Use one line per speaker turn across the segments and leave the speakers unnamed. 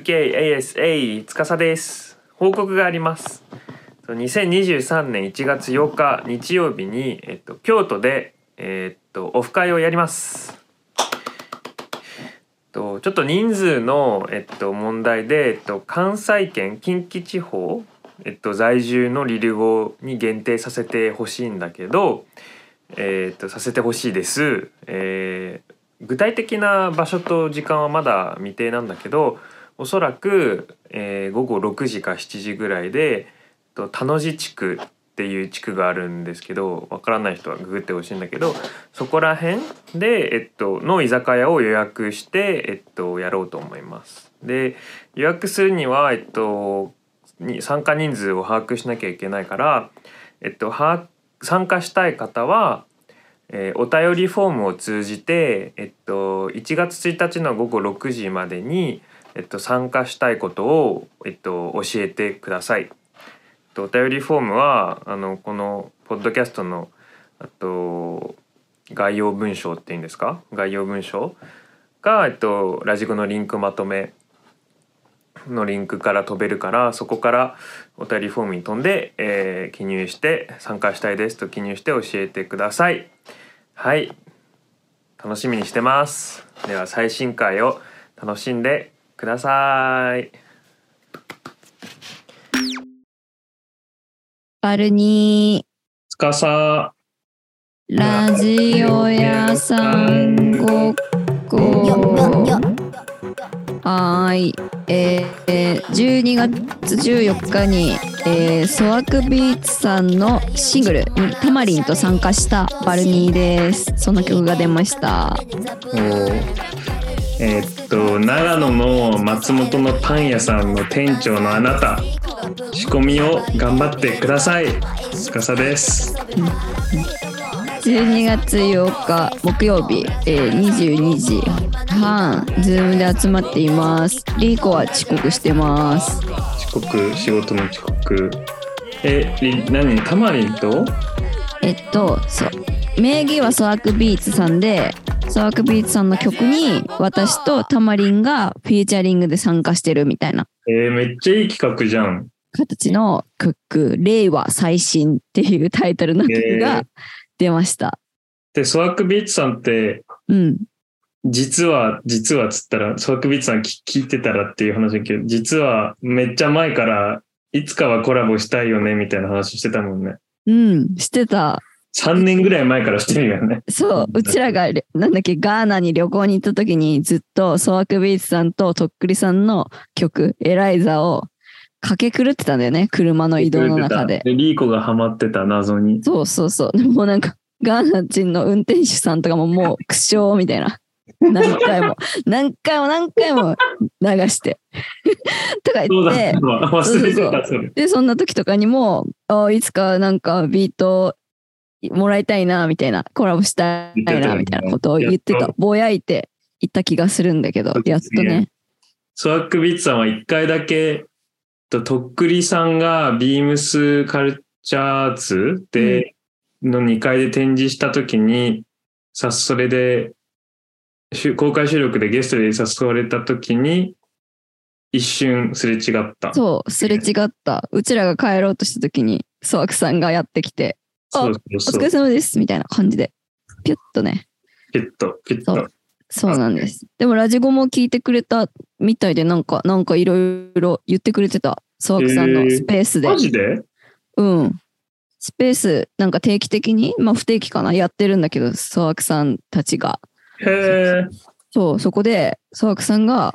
TSUKASA 司です報告があります2023年1月8日日曜日に、えっと、京都で、えっと、オフ会をやりますえっとちょっと人数の、えっと、問題で、えっと、関西圏近畿地方、えっと、在住のリルゴに限定させてほしいんだけど、えっとさせてほしいです、えー具体的な場所と時間はまだ未定なんだけどおそらく、えー午後6時か7時ぐらいで、えっと、田野地地区っていう地区があるんですけどわからない人はググってほしいんだけどそこら辺で、えっと、の居酒屋を予約して、えっと、やろうと思います。で予約するには、えっと、に参加人数を把握しなきゃいけないから、えっと、把握参加したい方は、えーお便りフォームを通じて、えっと、1月1日の午後6時までに、えっと、参加したいことを、えっと、教えてください。えっとお便りフォームはあのこのポッドキャストのあと概要文章っていうんですか概要文章が、えっと、ラジコのリンクまとめのリンクから飛べるからそこからお便りフォームに飛んで、えー記入して参加したいですと記入して教えてくださいはい楽しみにしてますでは最新回を楽しんでください
バルニ
つかさ
ーラジオ屋さんごっこはーい、えー、12月14日に、えー、ソワクビーツさんのシングルにタマリンと参加したバルニーですその曲が出ました
えーっと長野の松本のパン屋さんの店長のあなた仕込みを頑張ってくださいつかさです
12月8日木曜日、えー、22時半ズームで集まっていますリーコは遅刻してます
遅刻仕事の遅刻えり何タマリンと
えっとそう名義はソワクビーツさんでソワクビーツさんの曲に私とタマリンがフィーチャリングで参加してるみたいな
えーめっちゃいい企画じゃん
形の「クック令和最新」っていうタイトルの曲
へ
が
ー
出ました。
でソワクビーチさんって
うん、
実は実はっつったらソワクビーチさん聞聞いてたらっていう話だけど実はめっちゃ前からいつかはコラボしたいよねみたいな話してたもんね
うん、してた
3年ぐらい前からしてるよね
そううちらがれなんだっけガーナに旅行に行った時にずっとソワクビーツさんととっくりさんの曲「エライザ」を駆け狂ってたんだよね車の移動の中で。
リーコがハマってた謎に
そうそうそう。でもなんか、ガーナ人の運転手さんとかももう苦笑みたいな。何回も、何回も何回も流して。 とか
そう
言
だ
っ
った
て、
わ忘れてたそれ
で、そんな時とかにも、あいつかなんかビートもらいたいな、みたいな、コラボした
言
い
ってたよ
な、
ね
みたいなことを言って。
やった
ぼやいていった気がするんだけど、やっとね。
ソワックビッツさんは一回だけ、ととっくりさんがビームスカルチャーアーツで、の2階で展示した時に、さ、それで、しゅ公開収録でゲストで誘われた時に、一瞬すれ違った。
そう、すれ違った。うちらが帰ろうとした時に、ソワクさんがやってきて、
そうそう
お疲
そう
れ様です、みたいな感じで、ピュッとね、
ピュッと、ピュッ
そ
と
う。そうなんです。でもラジゴも聞いてくれたみたいで、なんか、なんかいろいろ言ってくれてた。ソワクさん
へ
の
ー
スペースで。
マジで
うん。スペース、なんか定期的に、まあ不定期かな、やってるんだけど、ソワクさんたちが。
へえ。
そう、そこで、ソワクさんが、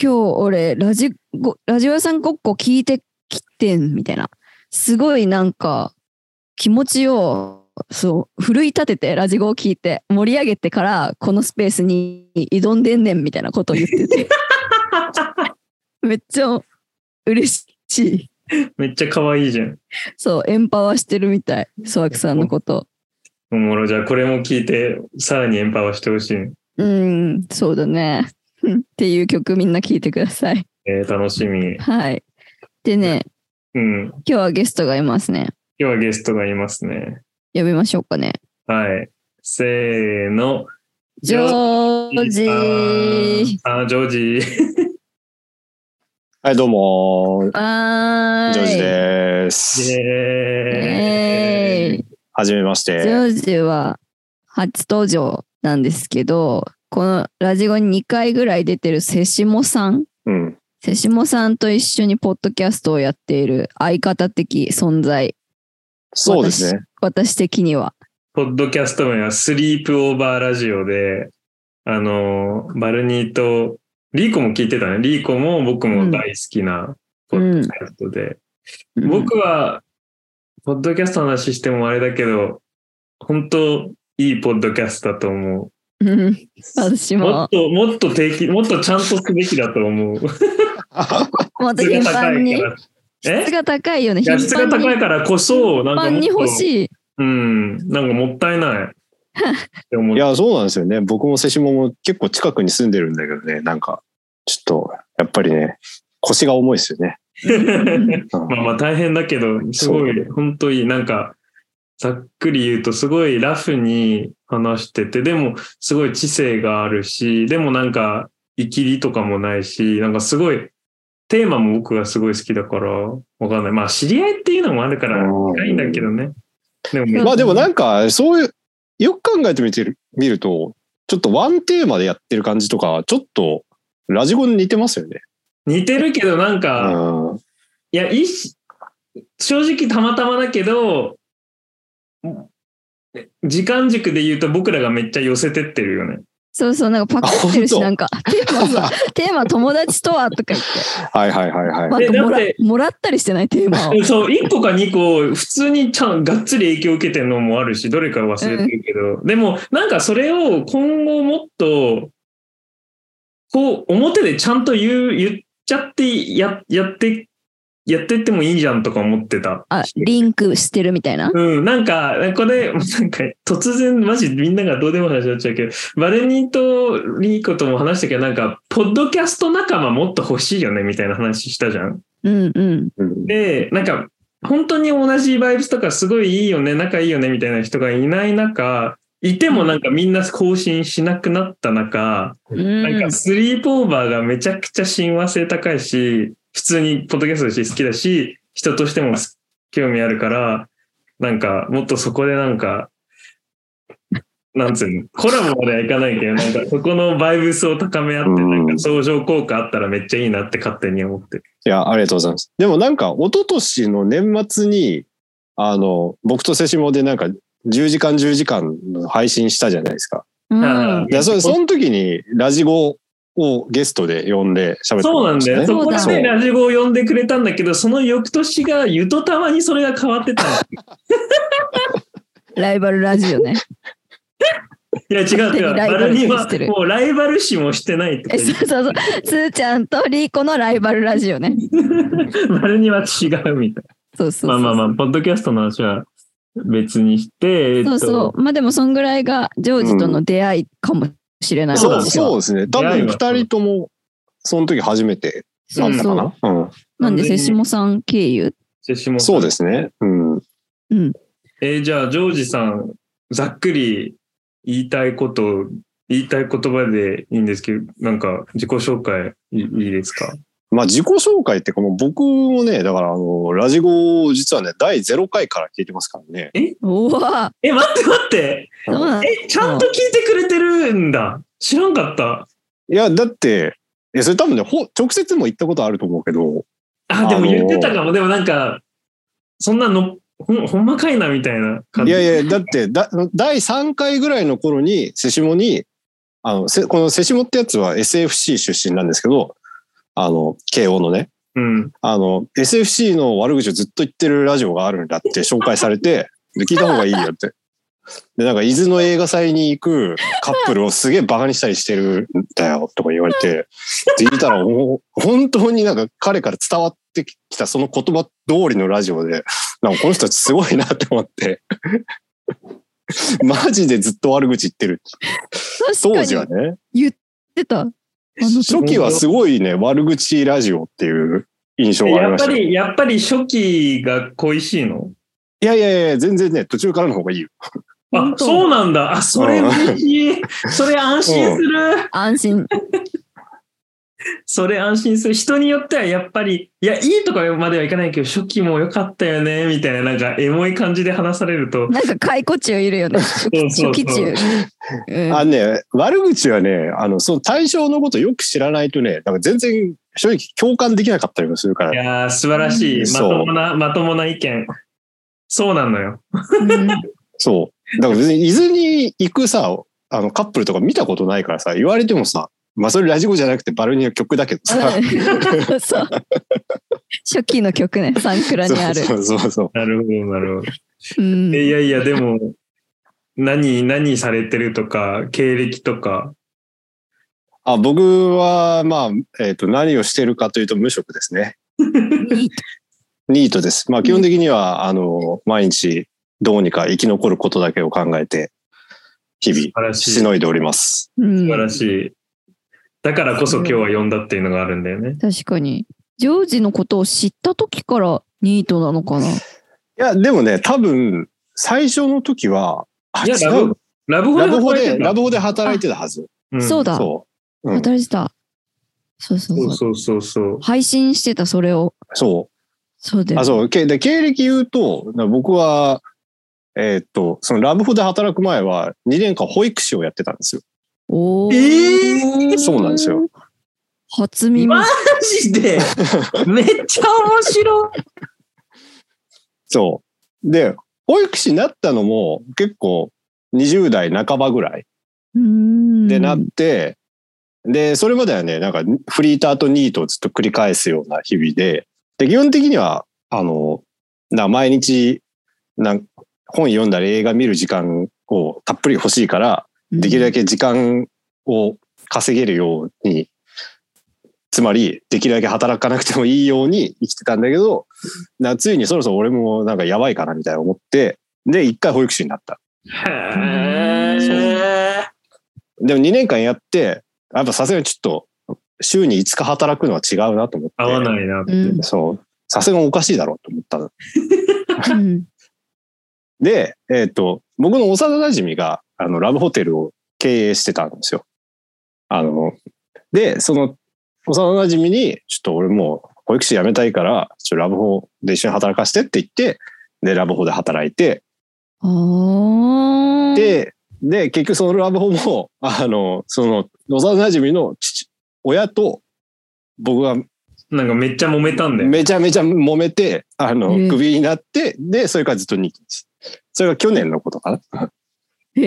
今日俺、ラジゴ、ラジオ屋さんごっこ聞いてきてん、みたいな。すごいなんか、気持ちを、そう、奮い立てて、ラジゴを聞いて、盛り上げてから、このスペースに挑んでんねん、みたいなことを言ってて。めっちゃ嬉しい。
めっちゃ可愛いじゃん。
そう、エンパワーしてるみたい。ソワクさんのこと。
おもろ。じゃあこれも聞いて、さらにエンパワーしてほしいね。
うん、そうだね。 っていう曲みんな聴いてください。
えー、楽しみ。
はい。でね、
うん。
今日はゲストがいますね。
今日はゲストがいますね。
呼びましょうかね。
はい。せーの。
ジョージ
あー、ジョージ。
はい、どうも、
はーい。
ジョージです。
え
はじめまし
ージョ
て。
ージは初登場なんですけど、このラジオに2回ぐらい出てる瀬下さん。
うん。
瀬下さんと一緒にポッドキャストをやっている相方的存在、
そうですね。
私的には。
ポッドキャスト名はスリープオーバーラジオで、あの、バルニーと、リーコも聞いてたね。リーコも僕も大好きなポッドキャストで。
うん
僕は、ポッドキャストの話してもあれだけど、本当いいポッドキャストだと思
うん 私
う。もっ
も、
と、もっと定期、もっとちゃんとすべきだと思
も
う。
っと
質
頻
が高
繁
い
に
か、ら。え
質が高いよね。
いや質が高い
頻
からこそ、なんか
繁
もっ
に
と
欲、しい。
うん、なんかもったい ない。って思
いうや、そうなんですよね。僕も瀬下も結構近くに住んでるんだけどね、なんか、ちょっと、やっぱりね、腰が重いですよね。うん
まあまあ大変だけど、すごい、本当になんか、ざっくり言うとすごいラフに話してて、でもすごい知性があるし、でもなんか、いきりとかもないし、なんかすごい、テーマも僕がすごい好きだから、わかんない。まあ知り合いっていうのもあるから、
うん
ないんだけどね。でも、
まあでもなんか、そういう、よく考えてみてる、見ると、ちょっとワンテーマでやってる感じとか、ちょっと、ラジゴに似てますよね。
似てるけどなん
う
か、
ん。
いや、いいし、正直たまたまだけど、時間軸で言うと僕らがめっちゃ寄せてってるよね。
そうそう、なんかパクってる
あ
し、
本当
なんか、テーマさ、 テーマ友達とはとか言って、
はいはいはいはい。
なんかもら
だって
もらったりしてないテーマを。
えそう、1個か2個、普通にちゃん、がっつり影響を受けてるのもあるし、どれか忘れてるけど、でも、なんかそれを今後もっと、こう、表でちゃんと言う、言っちゃって、や、やって、やってってもいいじゃんとか思ってた。
あ、リンクしてるみたいな。
うん、なんか、これ、なんか、突然、マジみんながどうでもいい話になっちゃうけど、バルニーとリーコとも話したけど、なんか、ポッドキャスト仲間もっと欲しいよね、みたいな話したじゃん。
うんうん。
うん
で、なんか、本当に同じバイブスとかすごいいいよね、仲いいよね、みたいな人がいない中、いてもなんかみんな更新しなくなった中、
うん
なんかスリープオーバーがめちゃくちゃ親和性高いし、普通にポッドキャストだし好きだし、人としても好き興味あるから、なんかもっとそこでなんか、なんつうの、コラボまではいかないけど、なんかそこのバイブスを高め合って、なんか相乗効果あったらめっちゃいいなって勝手に思ってる。
いや、ありがとうございます。でもなんか、一昨年の年末に、あの、僕と瀬下でなんか、10時間10時間の配信したじゃないですか。
うん
いや、それその時に、ラジゴをゲストで呼んで喋って
そう
もら
ないん
ました
だよ。そ
そう
こ
だ
でねラジゴを呼んでくれたんだけど、その翌年がゆとたまにそれが変わってた の。
ライバルラジオ ね。
いや違う違う。バ
ライバ
ル
ル
ニ
視
は
してる
もうライバル視もしてないとか
え、そうそうそう。つーちゃんとリーコのライバルラジオね。
バルニは違うみたい
そうそうそう。
な。まあまあまあ、ポッドキャストの話は別にして、えっ
そ
と
うそう。まあでも、そんぐらいがジョージとの出会いかもしれない。
ん
そう
私
そ
は
うですね。多分、二人とも、その時初めて
そ
だ
う
った
そ
か
う。
な。うん。
なんで、瀬下さん経由
セシモさん
そうですね。うん。
うん。
えーじゃあ、ジョージさん、ざっくり言いたいこと、言いたい言葉でいいんですけど、なんか自己紹介いいいですか
まあ、自己紹介っていうか、もう僕もね、だから、あの、ラジゴを実はね、第0回から聞いてますからね。
おわ
え、待って待って
そうなん
え、ちゃんと聞いてくれてるんだ。知らんかった。
いや、だって、いやそれ多分ね、ほ直接も言ったことあると思うけど、
あ、でも言ってたかも。でもなんか、そんなの、ほんほんまかいなみたいない
や
や、
いや、だってだ、第3回ぐらいの頃に、瀬下に、あの、せこの瀬下ってやつは SFC 出身なんですけど、あの、慶応のね、
うん。
あの、SFC の悪口をずっと言ってるラジオがあるんだって紹介されて、で聞いた方がいいよって。で、なんか、伊豆の映画祭に行くカップルをすげえバカにしたりしてるんだよとか言われて、で、聞いたら、もう本当になんか彼から伝わってきたその言葉通りのラジオで、なんかこの人たちすごいなって思って、 マジでずっと悪口言ってる。
確
当
か
時は
に
ね、
言ってた。あの
初期はすごいね、悪口ラジオっていう印象があり
や
ま
っ
し
ぱ
たよ。
り、やっぱり初期が恋しいの
いやいやいや、全然ね、途中からの方がいいよ。
あ
本、当
そうなんだ。あ、それ嬉しい。それ安心する。
安心。
それ安心する。人によってはやっぱり、いや、いいとかまではいかないけど、初期も良かったよね、みたいな、なんか、エモい感じで話されると。
なんか解雇中いるよね。初
そうそうそう
期中。うん
あのね、悪口はね、あの、その対象のことよく知らないとね、なんか全然正直共感できなかったりもするか
い
ら。
やー、素晴らしい。ま
そう
ともな、まともな意見。そうなのよ。
うん
そう。だから別に伊豆に行くさ、あのカップルとか見たことないからさ、言われてもさ、まあそれラジオじゃなくてバルニーの曲だけどさ。
うん そう。初期の曲ね、サンクラにある。
そうそうそうそう。
なるほど、なるほど。
うん
えいやいや、でも、何、何されてるとか、経歴とか。
あ、僕は、まあ、えっ、と、何をしてるかというと無職ですね。ニートです。まあ基本的には、あの、毎日どうにか生き残ることだけを考えて、日々
素、晴らしい。
し
素
のいでおります。
うん
晴らしい。だからこそ今日は呼んだっていうのがあるんだよね。
確かに。ジョージのことを知った時からニートなのかな。
いや、でもね、多分、最初の時は、あ、
いや
違
ラブ
う。
ラブホで
ラブホ
働いて
で、
んだ
ラブホで働いてたはず。
ん
そうだ。
そう。うん、
働いてた。そうそう
そう
そう。
そうそうそう。
配信してた、それを。
そ
そうだ
う。
よ
あ、。そう。けで、経歴言うと、な僕は、えーっと、そのラブホで働く前は、2年間保育士をやってたんですよ。
おー
え
そうなんですよ。
初耳。
マジでめっちゃ面白い。
そう。で、保育士になったのも、結構、20代半ばぐらいで
で
なって、で、それまではね、なんかフリーターとニートをずっと繰り返すような日々で、で、基本的には、あの、な毎日なん、本読んだり映画見る時間をたっぷり欲しいから、できるだ
け。
け時間を稼げるように、つまり、できるだけ働かなくてもいいように生きてたんだけど、なついにそろそろ俺もなんかやばいかなみたいな思って、で、一回保育士になった。
へー
でも2年間やって、やっぱさすがにちょっと、週に5日働くのは違うなと思って。
合わないな。
うん
そう。さすがにおかしいだろうと思ったの。
うん
で、えっ、と、僕の幼馴染が、あの、ラブホテルを経営してたんですよ。あの、で、その、幼馴染に、ちょっと俺もう保育士辞めたいから、ちょっとラブホで一緒に働かせてって言って、で、ラブホで働いて、
ああ。、
で、で、結局そのラブホも、あの、その、幼馴染の父、親と、僕が
なんかめっちゃ揉めたんだよ。
めちゃめちゃ揉めて、あの、
ええ
クビになって、で、それからずっと2期です。それが去年のことかな。
え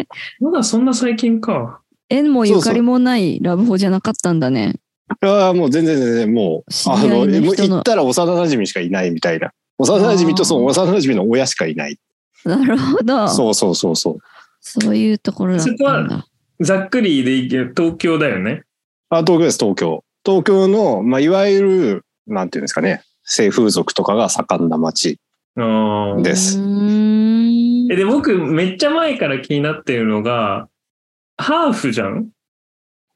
え。
まだそんな最近か。
縁もゆ
そうそ
か
う
りもないラブホじゃなかったんだね。
ああ、もう全然全然、もう、
知り
あ
合いの
の、もう
人の
行ったら幼馴染しかいないみたいな。幼馴染とその幼馴染の親しかいない。
なるほど。そう
そうそうそうそう。
いうところだったんだ。
ざっくりでいいけど、東京だよね。
あ、東京です、東京。東京の、まあ、いわゆる、なんていうんですかね、性風俗とかが盛んな街。
あー
でです
うーん
えで、僕、めっちゃ前から気になってるのが、ハーフじゃん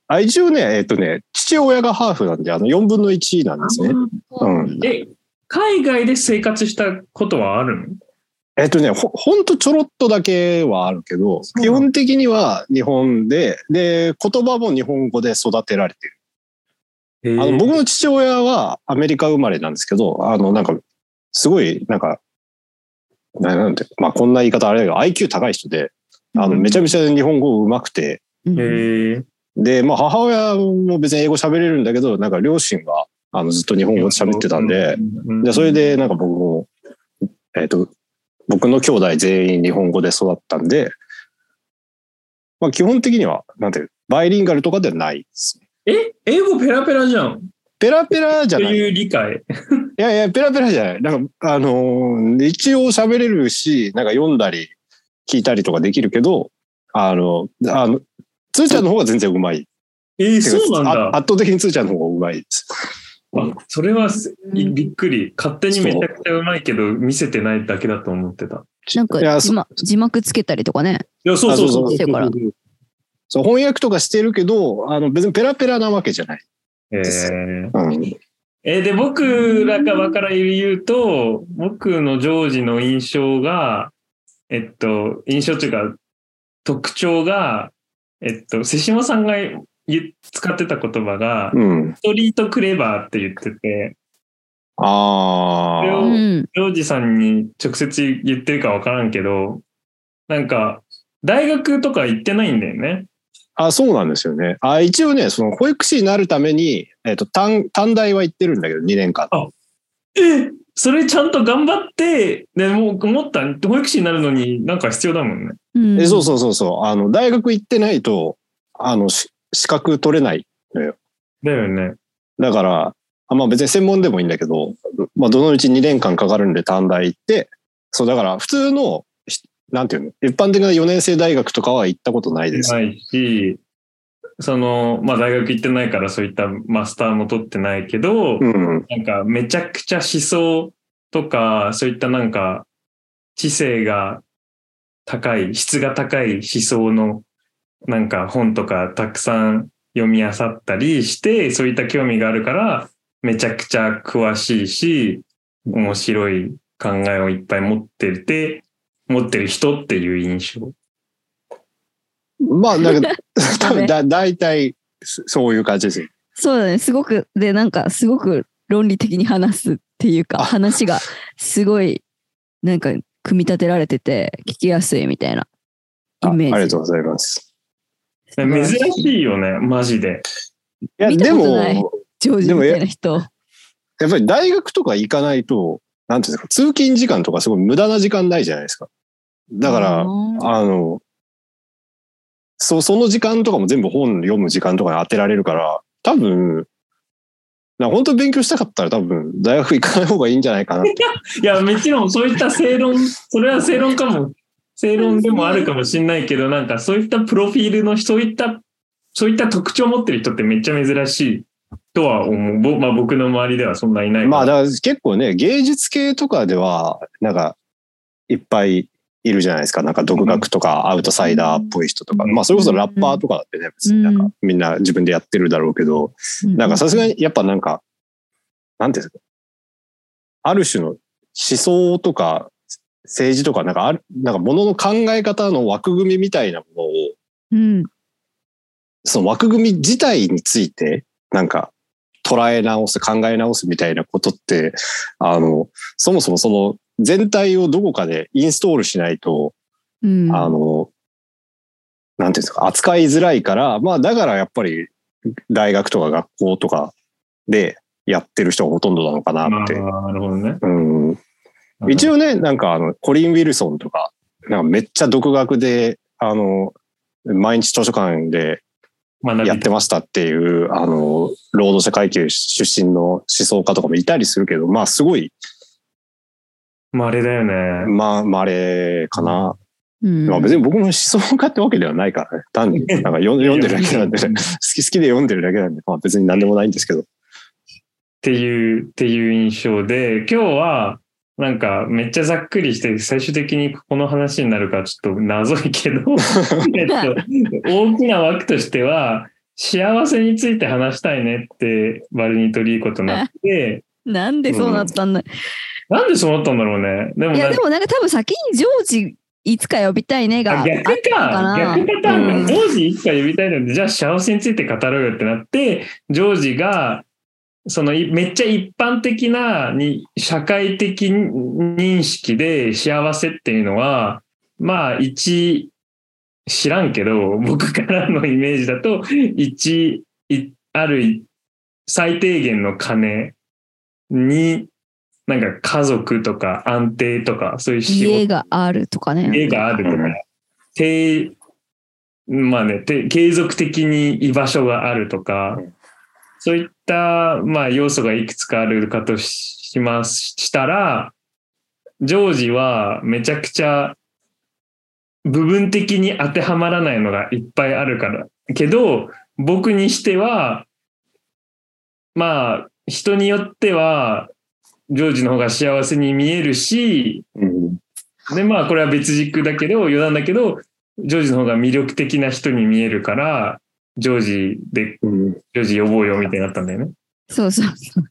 あ、一応ね、えっ、とね、父親がハーフなんで、あの、4分の1なんですね。うん。
え、海外で生活したことはあるの
えっとね、ほほんとちょろっとだけはあるけど、
そう
基
なの
本的には日本で、で、言葉も日本語で育てられてる。
え
あの僕の父親はアメリカ生まれなんですけど、あの、なんか、すごい、なんか、ななんて、まあこんな言い方あれだけど、IQ 高い人で、あの、めちゃめちゃ日本語上手くて、
うん
え
で、まあ母親も別に英語喋れるんだけど、なんか両親が、あの、ずっと日本語で喋ってたんで、、
うん
で、それで、なんか僕も、えっ、と、僕の兄弟全員日本語で育ったんで、まあ基本的には、なんていう、バイリンガルとかではないですね。
え、英語ペラペラじゃん。
ペラペラじゃ
と
ない。い
いう理解。
やいや、ペラペラじゃない。なんか、あのー一応喋れるし、なんか読んだり、聞いたりとかできるけど、あの、あの、つーちゃんの方が全然うまい。
えーそうなん
てかあ
だ。
圧倒的につーちゃんの方がうまいです。
あそれはすいびっくり。勝手にめちゃくちゃうまいけど、見せてないだけだと思ってた。
なんか
いや
字幕字幕つけたりとかね。
いや、そうそうそう。
あそうそうだから
そう翻訳とかしてるけど、あの、別にペラペラなわけじゃない。
えー
うん。
えーで、僕ら側から言うと、僕のジョージの印象が、えっと、印象というか、特徴が、えっと、瀬島さんが言っ使ってた言葉が、
うん。
ストリートクレバーって言ってて、
あ
それ
う
を
あ。
ん。
ジョージさんに直接言ってるかわからんけど、なんか、大学とか行ってないんだよね。
あ、そうなんですよね。あ、一応ね、その保育士になるために、えっ、と、短、短大は行ってるんだけど、2年間。
えそれちゃんと頑張って、でもう思った、保育士になるのになんか必要だもんね。
うん
えそうそうそうそう。あの、大学行ってないと、あの、し資格取れない。
だよね。
だから、あまあ別に専門でもいいんだけど、まあどのうち2年間かかるんで短大行って、そうだから普通の、ひなんていうの、一般的な4年生大学とかは行ったことないです。
ないし、その、まあ大学行ってないからそういったマスターも取ってないけど、
うん。
なんかめちゃくちゃ思想とか、そういったなんか知性が高い、質が高い思想のなんか本とかたくさん読み漁ったりして、そういった興味があるから、めちゃくちゃ詳しいし、面白い考えをいっぱい持ってて、持ってる人っていう印象。
ま あ、だけど、多分
ね
だ、大体、そそういう感じですよ。
そうだね。すごく、で、なんか、すごく論理的に話すっていうか、
あ
話がすごい、なんか、組み立てられてて、聞きやすいみたいな
あ
イメージ。
ありがとうございます。
珍しいよね、マジで。
いや、
見た
で
ことない
も、
ジョージみたいな人。
やっぱり大学とか行かないと、なんていうんですか、通勤時間とかすごい無駄な時間ないじゃないですか。だから、
うん
あの、そその時間とかも全部本読む時間とかに当てられるから、多分、な本当に勉強したかったら多分大学行かない方がいいんじゃないかなって。
いや、もちろんそういった正論、それは正論かも、正論でもあるかもしれないけど、なんかそういったプロフィールの、そういった、そういった特徴を持ってる人ってめっちゃ珍しいとは思う。ぼまあ僕の周りではそんないないから。
まあだから結構ね、芸術系とかでは、なんか、いっぱいいるじゃないですか。なんか独学とかアウトサイダーっぽい人とか。
うん
まあそれこそラッパーとかだってね、別になん
う
かみんな自分でやってるだろうけど、なんかさすがにやっぱなんか、なんていうんですか。ある種の思想とか政治とか、なんかある、なんか物の考え方の枠組みみたいなものを、
うん。
その枠組み自体について、なんか捉え直す、考え直すみたいなことって、あの、そもそもその全体をどこかでインストールしないと、
うん。
あの、なんていうんですか、扱いづらいから、まあだからやっぱり大学とか学校とかでやってる人がほとんどなのかなって。
あーなるほどね。
うん、一
応、
応ね、なんかあの、コリン・ウィルソンとか、なんかめっちゃ独学で、あの、毎日図書館で
学び
やってましたっていう、あの、労働者階級出身の思想家とかもいたりするけど、まあすごい、
まああれだよね。
まあ、稀かな。
うん、
まあ別に僕の思想家ってわけではないからね。単に、なんか読ん読んでるだけなんで、好き好きで読んでるだけなんで、まあ別に何でもないんですけど。
っていう、っていう印象で、今日は、なんか、めっちゃざっくりして、最終的にこの話になるからちょっと謎いけど、えっと、大きな枠としては、幸せについて話したいねって、バルニーとリーコとなって、
なんでそうなったんだ、
なんでそうなったんだろうね。でも
い
な
や、
ん
で
か、
もなんか多分先にジョージいつか呼びたいねが。
あ逆
あったの
か、
かな
逆パターン
う
が、
ん
ジョージ一回呼びたいので、じゃあ幸せについて語ろうよってなって、ジョージが、そのいめっちゃ一般的なに社会的認識で幸せっていうのはまあ一知らんけど僕からのイメージだと一いある最低限の金になんか家族とか安定とかそういう仕事
家があるとかね。
家があるとか
うん、
てまあね、て継続的に居場所があるとか
うん、
そういった、まあ、要素がいくつかあるかとしします、したら、ジョージはめちゃくちゃ部分的に当てはまらないのがいっぱいあるから。けど、僕にしては、まあ、人によっては、ジョージの方が幸せに見えるし、
うん
でまあこれは別軸だけど余談だけどジョージの方が魅力的な人に見えるからジョージで
うん
ジョージ呼ぼうよみたいになったんだよね。
そうそうそう。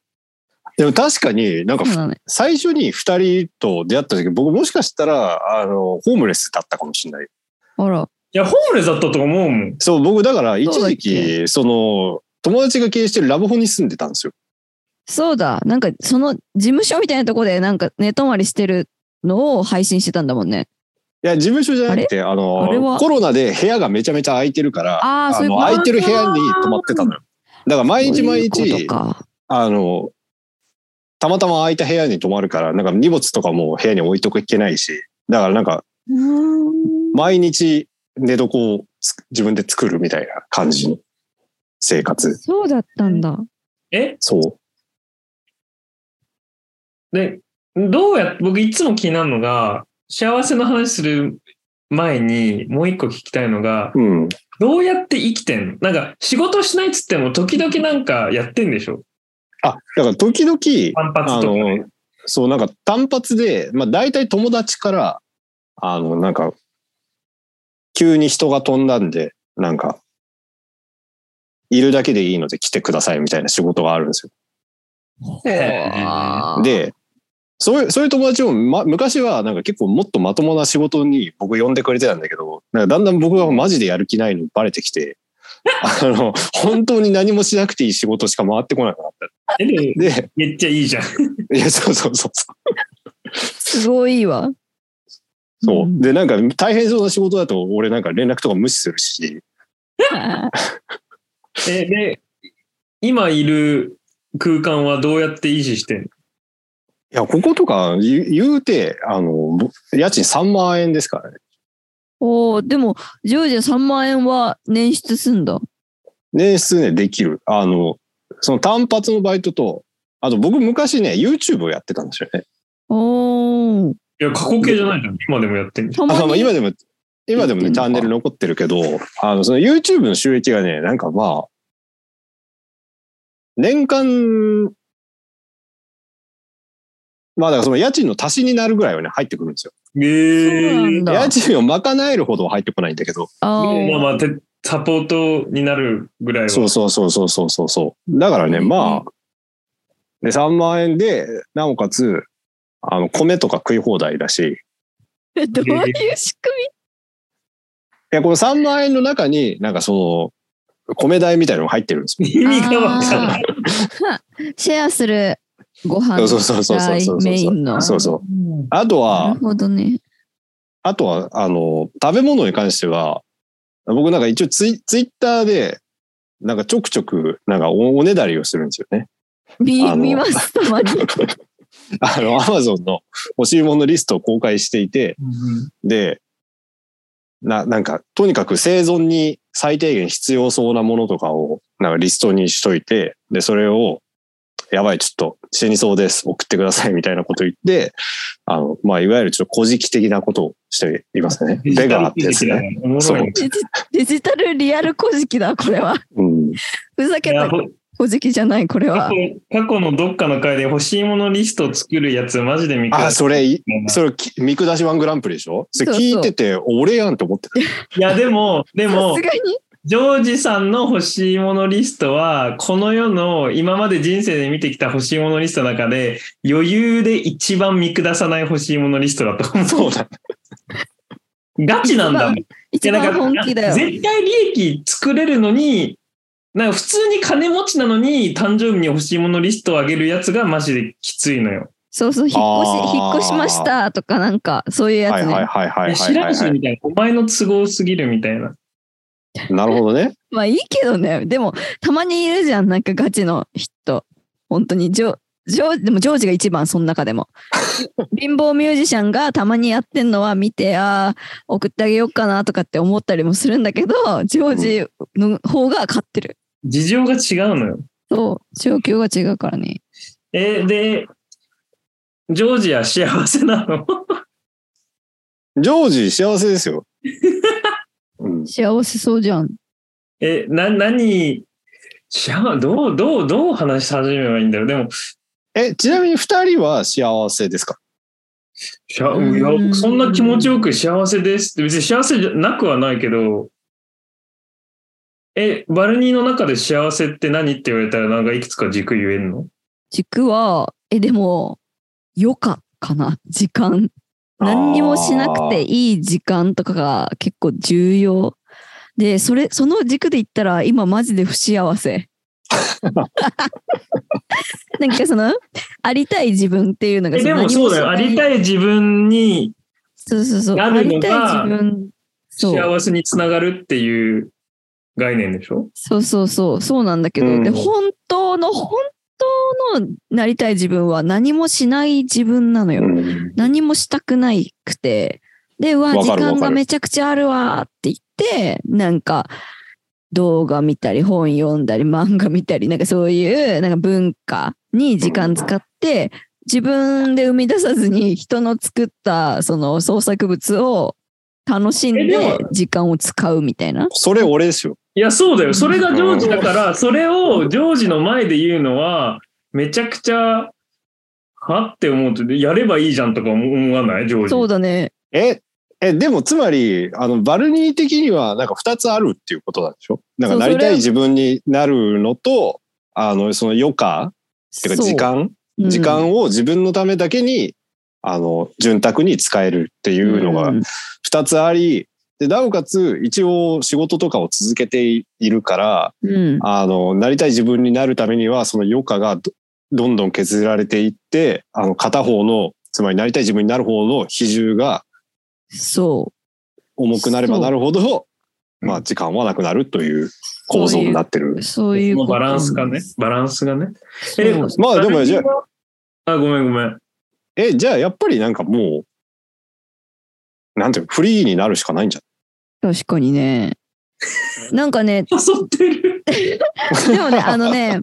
でも確かになんか
そうなのよ
最初に二人と出会った時、僕もしかしたら、あの、ホームレスだったかもしれない。
あら。
や、ホームレスだったと思うもん。
そう、僕だから一時
そうだ
期、その、友達が経営してるラブホに住んでたんですよ。
そうだ、なんかその事務所みたいなとこでなんか寝泊まりしてるのを配信してたんだもんね。
いや、事務所じゃなくて、あ
あれ
の
は、
コロナで部屋がめちゃめちゃ空いてるから、
ああ、
あ
そういう
の
こと
空いてる部屋に泊まってたのよ。だから毎日毎
そういうこと
日、
か
あの、たまたま空いた部屋に泊まるから、なんか荷物とかも部屋に置いとくいけないし、だからなんか
うーん
毎日寝床をつ自分で作るみたいな感じの生活。
そうだったんだ。
え
そう。
で、どうやっ僕いつも気になるのが、幸せの話する前にもう一個聞きたいのが、
うん。
どうやって生きてんのなんか仕事しないっつっても時々なんかやってんでしょ
あ、だから時々、
単発
あ
とか、ね。
の、そう、なんか単発で、まあ大体友達から、あの、なんか、急に人が飛んだんで、なんか、いるだけでいいので来てくださいみたいな仕事があるんです
え
よ。で、そういう、そういう友達も、ま、昔はなんか結構もっとまともな仕事に僕呼んでくれてたんだけど、なんかだんだん僕がマジでやる気ないのバレてきて、あの、本当に何もしなくていい仕事しか回ってこなくなった。
えでも
で、
めっちゃいいじゃん。
いや、そうそうそうそう。
すごい わ。
そうう。
ん
で、なんか大変そうな仕事だと、俺なんか連絡とか無視するし、
えで、今いる空間はどうやって維持してんの
いや、こことか言う言うて、あの、ぼ家賃3万円ですからね。
おお、でも、ジョージア3万円は捻出すんだ。
年数ね、できる。あの、その単発のバイトと、あと僕昔ね、YouTube をやってたんですよね。
おお。
いや、過去形じゃないじゃん。今でもやってんじゃん。
たま
あまあ
に
今でも、今でも
や
ね、
ってんのか
チャンネル残ってるけど、あの、その YouTube の収益がね、なんかまあ、年間、まあだからその家賃の足しになるぐらいはね、入ってくるんですよ。
そうなんだ。
家賃を賄えるほどは入ってこないんだけど。
あー
まあまあ、てサポートになるぐらいは。
そうそうそうそうそうそうそう。だからね、
うん
まあ、で、3万円で、なおかつ、あの、米とか食い放題だし、
えどういう仕組
いや、この3万円の中に、なんかその、米代みたいなのが入ってるんですよ。
意
み
味がわかんない。
あーシェアするご飯
そうそうそうそうそうそう
メインの。
そうそう。あと
な
は
る、ほどね。
あとは、あの、食べ物に関しては、僕なんか一応ツイツイッターで、なんかちょくちょく、なんかおおねだりをするんですよね。
見
あの
見ます、たまに。
あの、アマゾンの欲しいものリストを公開していて、で、な、なんか、とにかく生存に最低限必要そうなものとかを、なんかリストにしといて、で、それを、やばい、ちょっと死にそうです、送ってください、みたいなこと言って、あの、まあ、いわゆるちょっと古事記的なことをしていますね。ベガーってですね。。
おもろいね。
デジデジタルリアル古事記だ、これは。
うん。
ふざけ
いや
た
ほ
古事記じゃない、これ
過
は。
去過去のどっかの回で欲しいものリストを作るやつ、マジで見
あ、
返
それ、い
い
それ、き見下しワングランプリでしょそ
そ
れ
う
聞
そう
いてて、俺やんって思ってた。
や、でも、で
さ
も
す、がに。
ジョージさんの欲しいものリストは、この世の今まで人生で見てきた欲しいものリストの中で、余裕で一番見下さない欲しいものリストだと思う。
そうだ。
ガチなんだもん。
一
いや
番
なん
本
か
気だよ。
絶対利益作れるのに、なんか普通に金持ちなのに、誕生日に欲しいものリストを上げるやつがマジできついのよ。
そうそう、引っ越
あ
し、
ー
引っ越しましたとか、なんか、そういうや
はい
つ
はい
ね。
はいはいはい
知
は
らんし
い、
みたいな。お前の都合すぎるみたいな。
なるほどね。
まあいいけどね。でも、たまにいるじゃん、なんかガチの人。本当に、ジョ、ジョーでもジョージが一番、その中でも。貧乏ミュージシャンがたまにやってんのは見て、ああ、送ってあげようかなとかって思ったりもするんだけど、ジョージの方が勝ってる。
事情が違うのよ。
そう、状況が違うからね。
えーで、ジョージは幸せなの
ジョージ幸せですよ。うん、
幸せそうじゃん。
え、な、何、幸どう、どう、どう話し始めればいいんだろう。でも、
えちなみに二人は幸せですか
しゃ
うん
いや僕そんな気持ちよく幸せですって別に幸せじゃなくはないけど、え、バルニーの中で幸せって何って言われたらなんかいくつか軸言えんの
軸は、え、でも、余暇かな時間。何にもしなくていい時間とかが結構重要。で、それ、その軸で言ったら、今マジで不幸せ。なんかその、ありたい自分っていうのが
えでもそうだよ。あり
い。
たい自分に
そうそうそう。
な
あ
るの
りたい
が
自分。そう
幸せにつながるっていう概念でしょ
そうそうそう、そうなんだけど、
うん
で、本当の、本当のなりたい自分は何もしない自分なのよ。
うん
何もしたくないくて、で、うわ、
わ
時
かる
間
わか
が
る
めちゃくちゃあるわって言って、なんか、動画見たり、本読んだり、漫画見たり、なんかそういう、なんか文化に時間使って、自分で生み出さずに人の作ったその創作物を楽しん
えでも
で時間を使うみたいな。
それ俺ですよ。
いや、そうだよ。それがジョージだから、それをジョージの前で言うのは、めちゃくちゃ、はって思うと、やればいいじゃんとか思わないジョージ。
そうだね。
え、え、でもつまり、あの、バルニー的にはなんか二つあるっていうことなんでしょなんか
そう
なりた
そ
い
れ
自分になるのと、あの、その余暇っていうか
そう
時間
うん
時間を自分のためだけに、あの、潤沢に使えるっていうのが
ん
二つあり、で、なおかつ一応仕事とかを続けているから、
うん
あの、なりたい自分になるためには、その余暇がどどんどん削られていって、あの、片方の、つまりなりたい自分になる方の比重が
そう。
重くなればなるほど、
う
まあ、時間はなくなるという構造になってる。
そういう
こ
こと
のバ
な
ラ
ん
ン
で
ス
す
がね。バランスがね。え
そう
まあ、でも、じゃあ、
あ、ごめんごめん。
え、じゃあ、やっぱりなんかもう、なんていうのフリーになるしかないんじゃ
確かにね。なんかね、
誘ってる。
でもね、あの ね、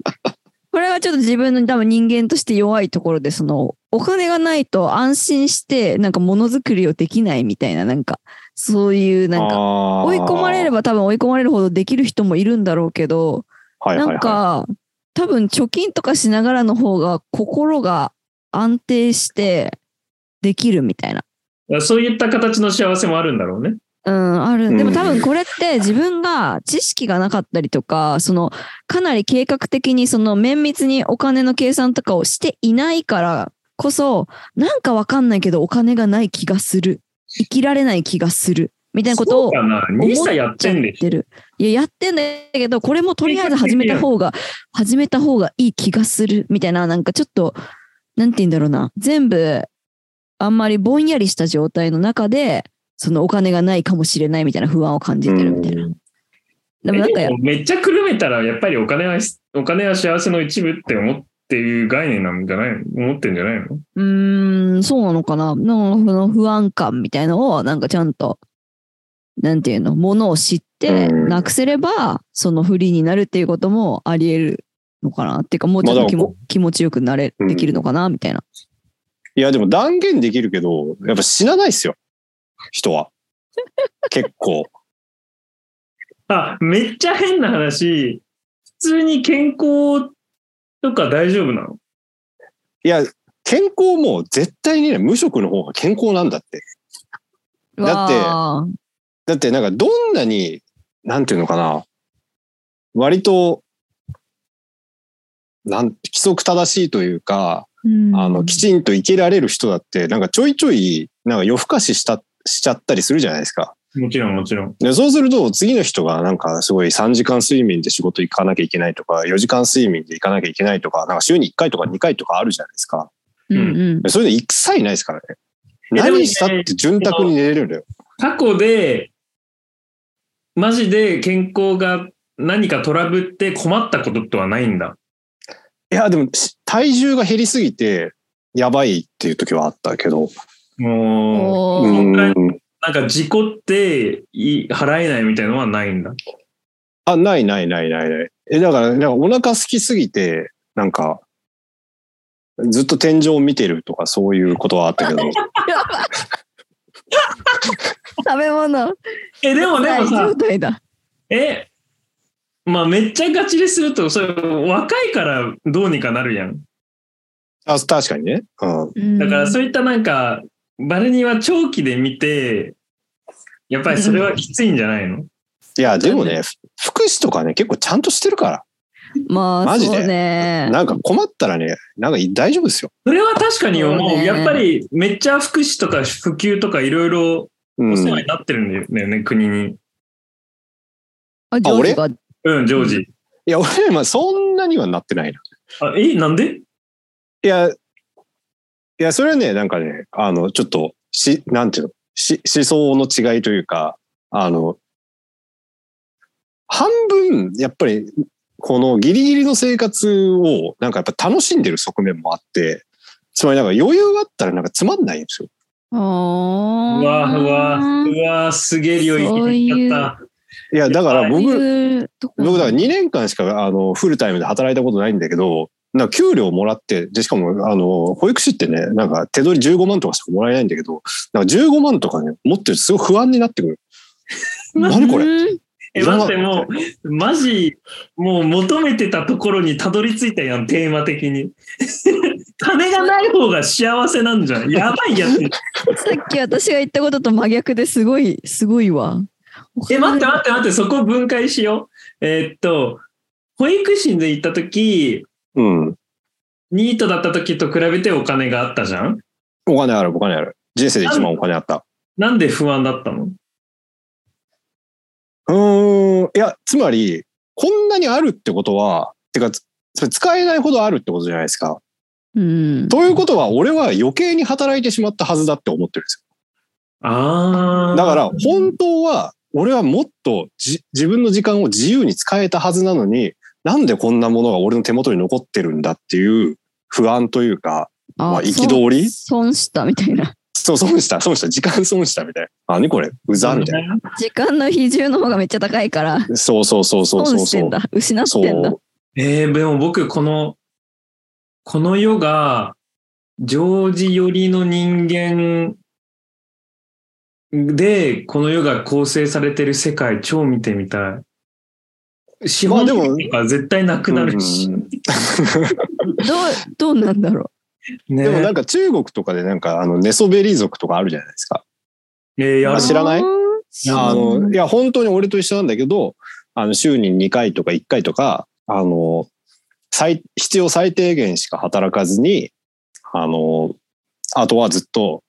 これはちょっと自分の多分人間として弱いところで、その、お金がないと安心して、なんかものづくりをできないみたいな、なんか、そういう、
ない
なんか、
か
追い込まれれば多分追い込まれるほどできる人もいるんだろうけど、
はいはい
な
はい、
んか、多分貯金とかしながらの方が心が安定してできるみたいな。
そういった形の幸せもあるんだろうね。
うん、ある。で
う
も
ん
多分これって自分が知識がなかったりとか、その、かなり計画的にその綿密にお金の計算とかをしていないからこそ、なんかわかんないけどお金がない気がする。生きられない気がする。みたいなこと
そ
を
うかな。
思
2
っちゃ
歳やってんでしょ。
てる。いや、やってんだけど、これもとりあえず始めた方が、始めた方がいい気がする。みたいな、なんかちょっと、なんて言うんだろうな。全部、あんまりぼんやりした状態の中で、そのお金がないかもしれないみたいな不安を感じてるみたいな。でもなんか
えでもめっちゃくるめたら、やっぱりお金は、お金は幸せの一部って思っていう概念なんじゃないの思ってんじゃないの
うーん、そうなのかな。のその不安感みたいのを、なんかちゃんと、なんていうの、ものを知って、
うん
なくせれば、その不利になるっていうこともあり得るのかな。っていうか、もうちょっ
まあ
と気
でも
も気持ちよくなれ、
うん
できるのかな、みたいな。
いや、でも断言できるけど、やっぱ死なないっすよ。人は。結構。
あ、めっちゃ変な話。普通に健康とか大丈夫なの
いや、健康も絶対にね、無職の方が健康なんだって。だって
わあ
だってなんかどんなに、なんていうのかな。割と、なん、規則正しいというか、
うん
あの、きちんと生きられる人だって、なんかちょいちょい、なんか夜更かしした、しちゃったりするじゃないですか。
もちろんもちろん。
でそうすると、次の人がなんかすごい3時間睡眠で仕事行かなきゃいけないとか、4時間睡眠で行かなきゃいけないとか、なんか週に1回とか2回とかあるじゃないですか。
うんうん
でそういうの一切ないですからね。
えでもね
何したって潤沢に寝れるんだよ。
過去で、マジで健康が何かトラブって困ったことってはないんだ。
いや、でも、し体重が減りすぎて、やばいっていう時はあったけど。
お
も
う
ー
ん。
う、なんか事故ってい払えないみたいのはないんだ。
あ、ないないないないない。え、だから、なんかお腹空きすぎて、なんか、ずっと天井を見てるとか、そういうことはあったけど。
食べ物
え、でもで
大
もさ
状、態だ。
え、まあめっちゃガチですると、それ若いからどうにかなるやん。
あ確かにね。うん。
だから
れ
そういったなんか、バルニーは長期で見て、やっぱりそれはきついんじゃないの
いや、でもね、ふ福祉とかね、結構ちゃんとしてるから。
まあ、
マジで
そうね。
なんか困ったらね、なんか大丈夫ですよ。
それは確かに思
そう
う。
ね
やっぱりめっちゃ福祉とか普及とかいろいろ
う
お
ん。
世話になってるんだよね、国に。
あ、ジョージが
うん、ジョージ。
いや、俺、まあ、そんなにはなってないな。
あえ、なんで
いや、いや、それはね、なんかね、あの、ちょっと、し、なんていうの、し、思想の違いというか、あの、半分、やっぱり、このギリギリの生活を、なんかやっぱ楽しんでる側面もあって、つまりなんか余裕があったらなんかつまんないんですよ。
あー
うわうわうわすげえ領域に行っちゃった。
いや、だから
そう
僕、
いうとこ
僕だから2年間しか、あの、フルタイムで働いたことないんだけど、なんか給料もらって、で、しかも、あの、保育士ってね、なんか手取り15万とかしかもらえないんだけど、なんか15万とかね、持ってるとすごい不安になって くる。何これ
うん
え、待って、もう、マジ、もう求めてたところにたどり着いたやん、テーマ的に。 金がない方が幸せなんじゃん。やばいやつ。
さっき私が言ったことと真逆ですごい、すごいわ。
え、待って待って待って、そこ分解しよう。えーっと、保育士で行った時、
うん。
ニートだった時と比べてお金があったじゃん
お金ある、お金ある。人生で一番お金あった。
なんで不安だったの
うーん。いや、つまり、こんなにあるってことは、てか、つそれ使えないほどあるってことじゃないですか。
うん。
ということは、俺は余計に働いてしまったはずだって思ってるんです
あ
よ。
あ。
だから、本当は、俺はもっとじ自分の時間を自由に使えたはずなのに、なんでこんなものが俺の手元に残ってるんだっていう不安というか、まあ
そう
憤り
損したみたいな。
そう、損した、損した、時間損したみたいな。あ、ねこれ、うざみたい
いな。
時間の比重の方がめっちゃ高いから、
な。そうそうそうそう
損
そう
して
そ
ん
う。
だ。失っ
そう
てんだ。
えー、でも僕、この、この世が、ジョージ寄りの人間で、この世が構成されてる世界、超見てみたい。資本主義とか絶対なくなるし。
うん
どう、どうなんだろ
ね
でもなんか中国とかでなんかあの寝そべり族とかあるじゃないですか。
えー、や
う。
あ
る
知らない
あー
あの、いや、本当に俺と一緒なんだけど、あの、週に2回とか1回とか、あの、最、必要最低限しか働かずに、あの、あとはずっと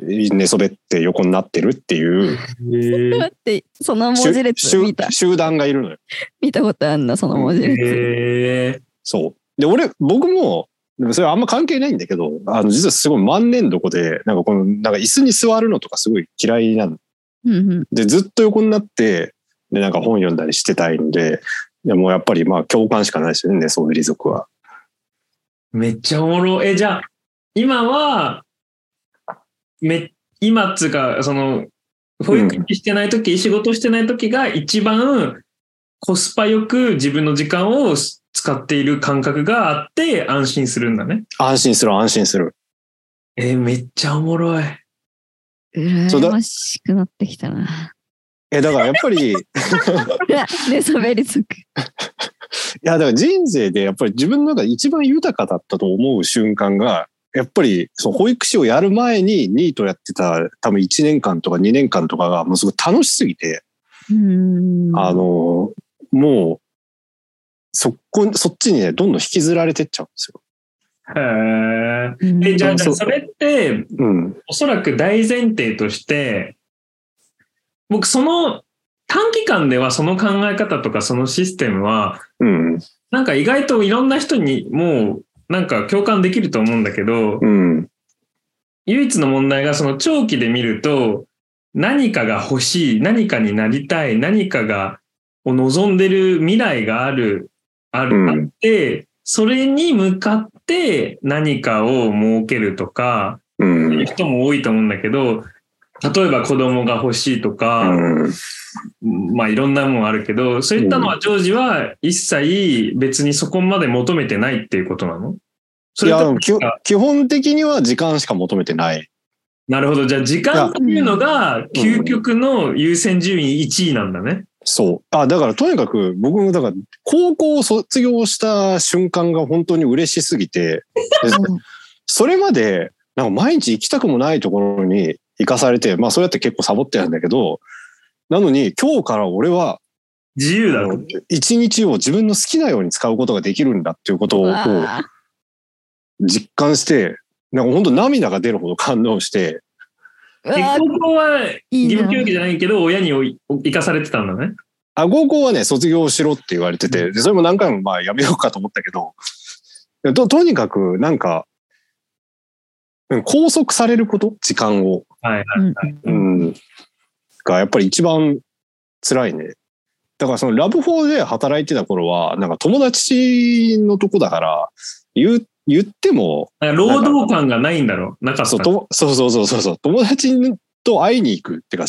寝そべって横になってるっていう
だって、その 文字列
集
見た、
集団がいるのよ。
見たことあるんだ、その文字列。
え
そう。で、俺、僕も、でもそれはあんま関係ないんだけど、あの、実はすごい万年床で、なんかこの、なんか椅子に座るのとかすごい嫌いなん
うんうん
で、ずっと横になって、で、なんか本読んだりしてたいんで、でもやっぱりまあ共感しかないですよね、寝そべり族は。
ー、めっちゃおもろ。え、じゃあ、今は、め、今っつうか、その、保育士してない時、仕事してない時が一番コスパよく自分の時間を使っている感覚があって安心するんだね。
安心する、安心する。
えーめっちゃおもろい。
そう
羨
だ
ましくなってきたな。
え、だからやっぱり、い
で、喋りつく。
や、だから人生でやっぱり自分の中で一番豊かだったと思う瞬間が、やっぱり、その保育士をやる前にニートやってた多分1年間とか2年間とかがもうすごい楽しすぎて、
うん
あの、もう、そこ、そっちにね、どんどん引きずられてっちゃうんですよ。
へ
うん
え。え、じゃあ、じゃ
そう
あそれって、
うん。
おそらく大前提として、僕、その短期間ではその考え方とかそのシステムは、
うん。
なんか意外といろんな人にもうなんか共感できると思うんだけど、
うん。
唯一の問題がその長期で見ると、何かが欲しい、何かになりたい、何かが、を望んでる未来がある、あ
う
る、あっ
ん。
て、それに向かって何かを設けるとか、
うん。
人も多いと思うんだけど、例えば子供が欲しいとか、
うん
まあいろんなもんあるけど、そういったのはジョージは一切別にそこまで求めてないっていうことなのそ
い
れ
や、
と
でも基本基本的には時間しか求めてない。
なるほど。じゃあ時間っていうのが究極の優先順位1位なんだね。
そう。あ、だからとにかく僕もだから高校を卒業した瞬間が本当に嬉しすぎて、でそれまでなんか毎日行きたくもないところに行かされて、まあそうやって結構サボってたんだけど、なのに今日から俺は
自由だろ。
一日を自分の好きなように使うことができるんだっていうことをこう
わあ
実感して、なんか本当涙が出るほど感動して、
う
え
わあ
高校はい義
いな
務教育じゃないけど、親におい生かされてたんだね。
あ、高校はね、卒業しろって言われてて、でそれも何回もまあやめようかと思ったけど、と、とにかくなんか、うん拘束されること時間を。
はいはい。
うん
うん。がやっぱり一番辛いね。だからそのラブ4で働いてた頃は、なんか友達のとこだから、言う、言っても、
なんか労働感がないんだろう。なかっ
そう、
た。
ともそうそうそうそうそう、友達と会いに行くってか、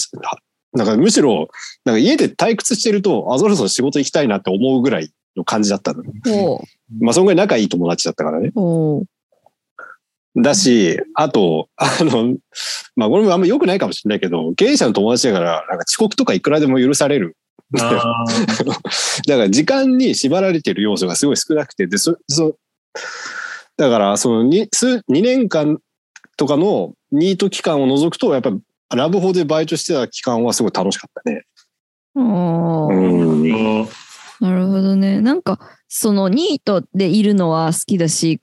なんかむしろ、なんか家で退屈してると、あ、そろそろ仕事行きたいなって思うぐらいの感じだったの。
ほ
まあ、そんぐらい仲いい友達だったからね
う。ほう
だし、あと、あの、まあ、これもあんま良くないかもしれないけど、経営者の友達だから、なんか遅刻とかいくらでも許される。
あー
だから時間に縛られてる要素がすごい少なくて、で、そ、そ、だから、そのに数2年間とかのニート期間を除くと、やっぱりラブホでバイトしてた期間はすごい楽しかったね。
あ
う
ー
ん。
こ
なるほどね。なんか、そのニートでいるのは好きだし、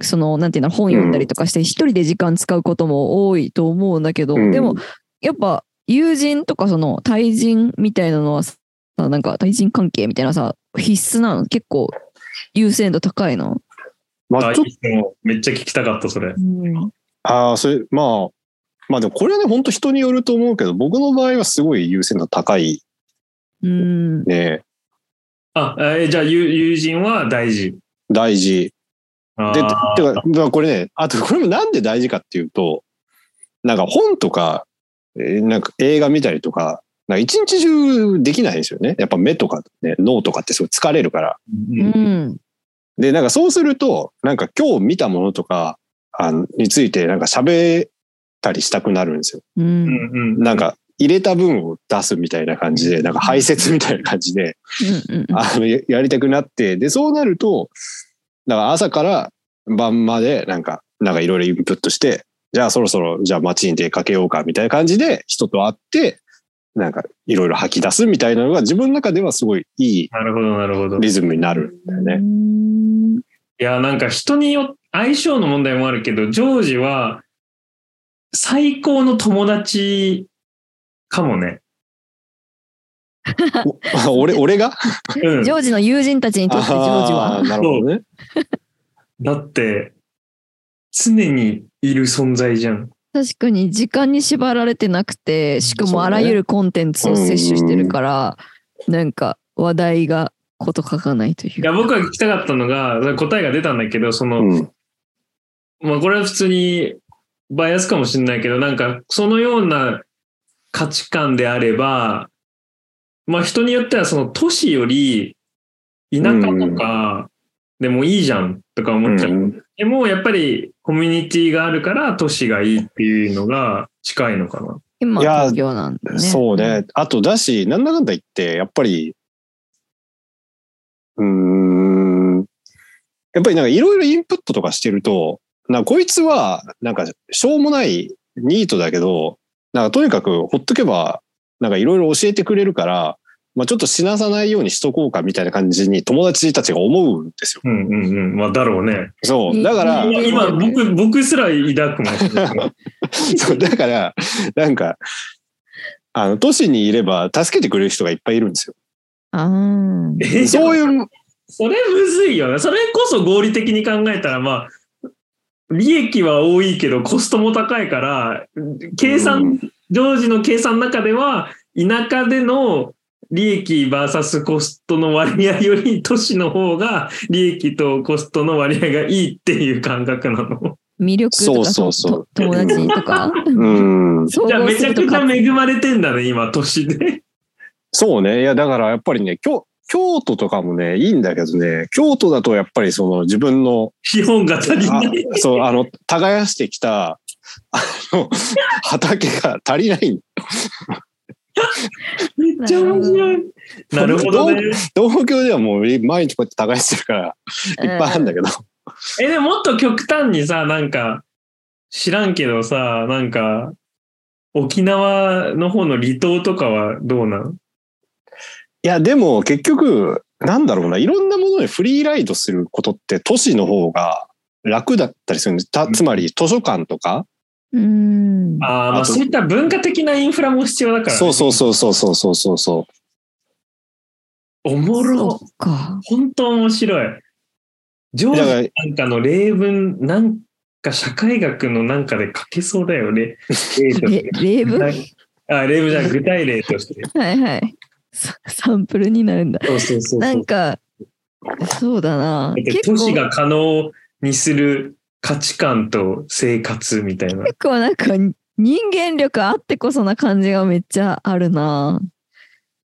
その、なんていうの、本読んだりとかして、一人で時間使うことも多いと思うんだけど、
うん
でも、やっぱ、友人とか、その、対人みたいなのはさ、なんか、対人関係みたいなさ、必須なの結構、優先度高いの。
ま
う
あ、ちょっと、
めっちゃ聞きたかった、それ。
ああ、それ、まあ、まあでもこれはね、本当人によると思うけど、僕の場合はすごい優先度高い
うん。
ね。
あ、えーじゃあ、友友人は大事。
大事。
あ
で、て
ー
てか、まあこれね、あとこれもなんで大事かっていうと、なんか本とか、えーなんか映画見たりとか、なんか一日中できないんですよね。やっぱ目とか、ね、脳とかってすごい疲れるから。
う
うん
ん。
で、なんかそうすると、なんか今日見たものとかあのについてなんか喋ったりしたくなるんですよ。
う。
うんんうん
なんか入れた分を出すみたいな感じで、なんか排泄みたいな感じで、
うん。
あのややりたくなってでそうなるとだから朝から晩までなんかなんかいろいろインプットしてじゃあそろそろじゃあ街に出かけようかみたいな感じで人と会ってなんかいろいろ吐き出すみたいなのが自分の中ではすごいいい
なるほど、なるほど。
リズムになるんだよ
う
ね。
ん。
いや、なんか人によ相性の問題もあるけど、ジョージは最高の友達かもね。
お 俺俺が
うん
ジ。ョージの友人たちにとって、ジョージ
あ
は
ー。なるほどね。
だって、常にいる存在じゃん。
確かに時間に縛られてなくてしか
そう
も
ね
あらゆるコンテンツを摂取してるから、なんか話題がこと書かないとい
いうや、僕が聞きたかったのが、答えが出たんだけど、その、
うん
まあこれは普通にバイアスかもしれないけど、なんかそのような価値観であれば、まあ人によってはその都市より田舎とかでもいいじゃんとか思っちゃう。
うん
でもやっぱりコミュニティがあるから都市がいいっていうのが近いのかな。
今
いや
東京なんだね
そうね。あとだし、なんだかんだ言って、やっぱり、うーん、やっぱりなんかいろいろインプットとかしてると、なんかこいつは、なんかしょうもないニートだけど、なんかとにかくほっとけば、なんかいろいろ教えてくれるから、まあちょっと死なさないようにしとこうかみたいな感じに友達たちが思うんですよ。
うんうんうん。まあだろうね。
そう。だから、
うん
今僕、僕すら抱くもん。
そう、だから、なんか、あの、都市にいれば助けてくれる人がいっぱいいるんですよ。
あー
え
そういう
それむずいよね。それこそ合理的に考えたら、まあ、利益は多いけど、コストも高いから、計算、
うん
ジョージの計算の中では、田舎での利益 VS コストの割合より、都市の方が利益とコストの割合がいいっていう感覚なの。
魅力とか
そうそうそう
と友達とか
うん、
総
じゃあ、
合
め
す
ちゃ
る
く
と
ち
か
ゃ恵まれてんだね、今、都市で。
そうね。いや、だからやっぱりね、京京都とかもね、いいんだけどね、京都だとやっぱりその自分の、
資本が足り
あ
ない。
そう、あの、耕してきた、あ の、畑が足りない。
めっちゃ面白い。なるほどね。
東京ではもう毎日こうやって耕してるから、いっぱいあるんだけど。
え、でももっと極端にさ、なんか、知らんけどさ、なんか、沖縄の方の離島とかはどうなん
いや、でも結局、なんだろうな、いろんなものにフリーライドすることって都市の方が楽だったりするんです。たつまり図書館とか、
うん。
ああ、ま
あ
あ
と
そういった文化的なインフラも必要だから、ね。
そうそうそうそうそうそうそうそ
おも
そ
ろ。
うか。
本当面白い。ジョ
う。だか
ー
ら、
ジなんかの例文、なんか社会学のなんかで書けそうだよね。例と
レ
して
レーブは
あ、例文じゃない、具体例として。
いはい。ササンプルになるんだ。
そうそうそうそう。
なんか、そうだな。
だって
結
都市
構、
が可能にする価値観と生活みたいな。
結構なんか人間力あってこそな感じがめっちゃあるな。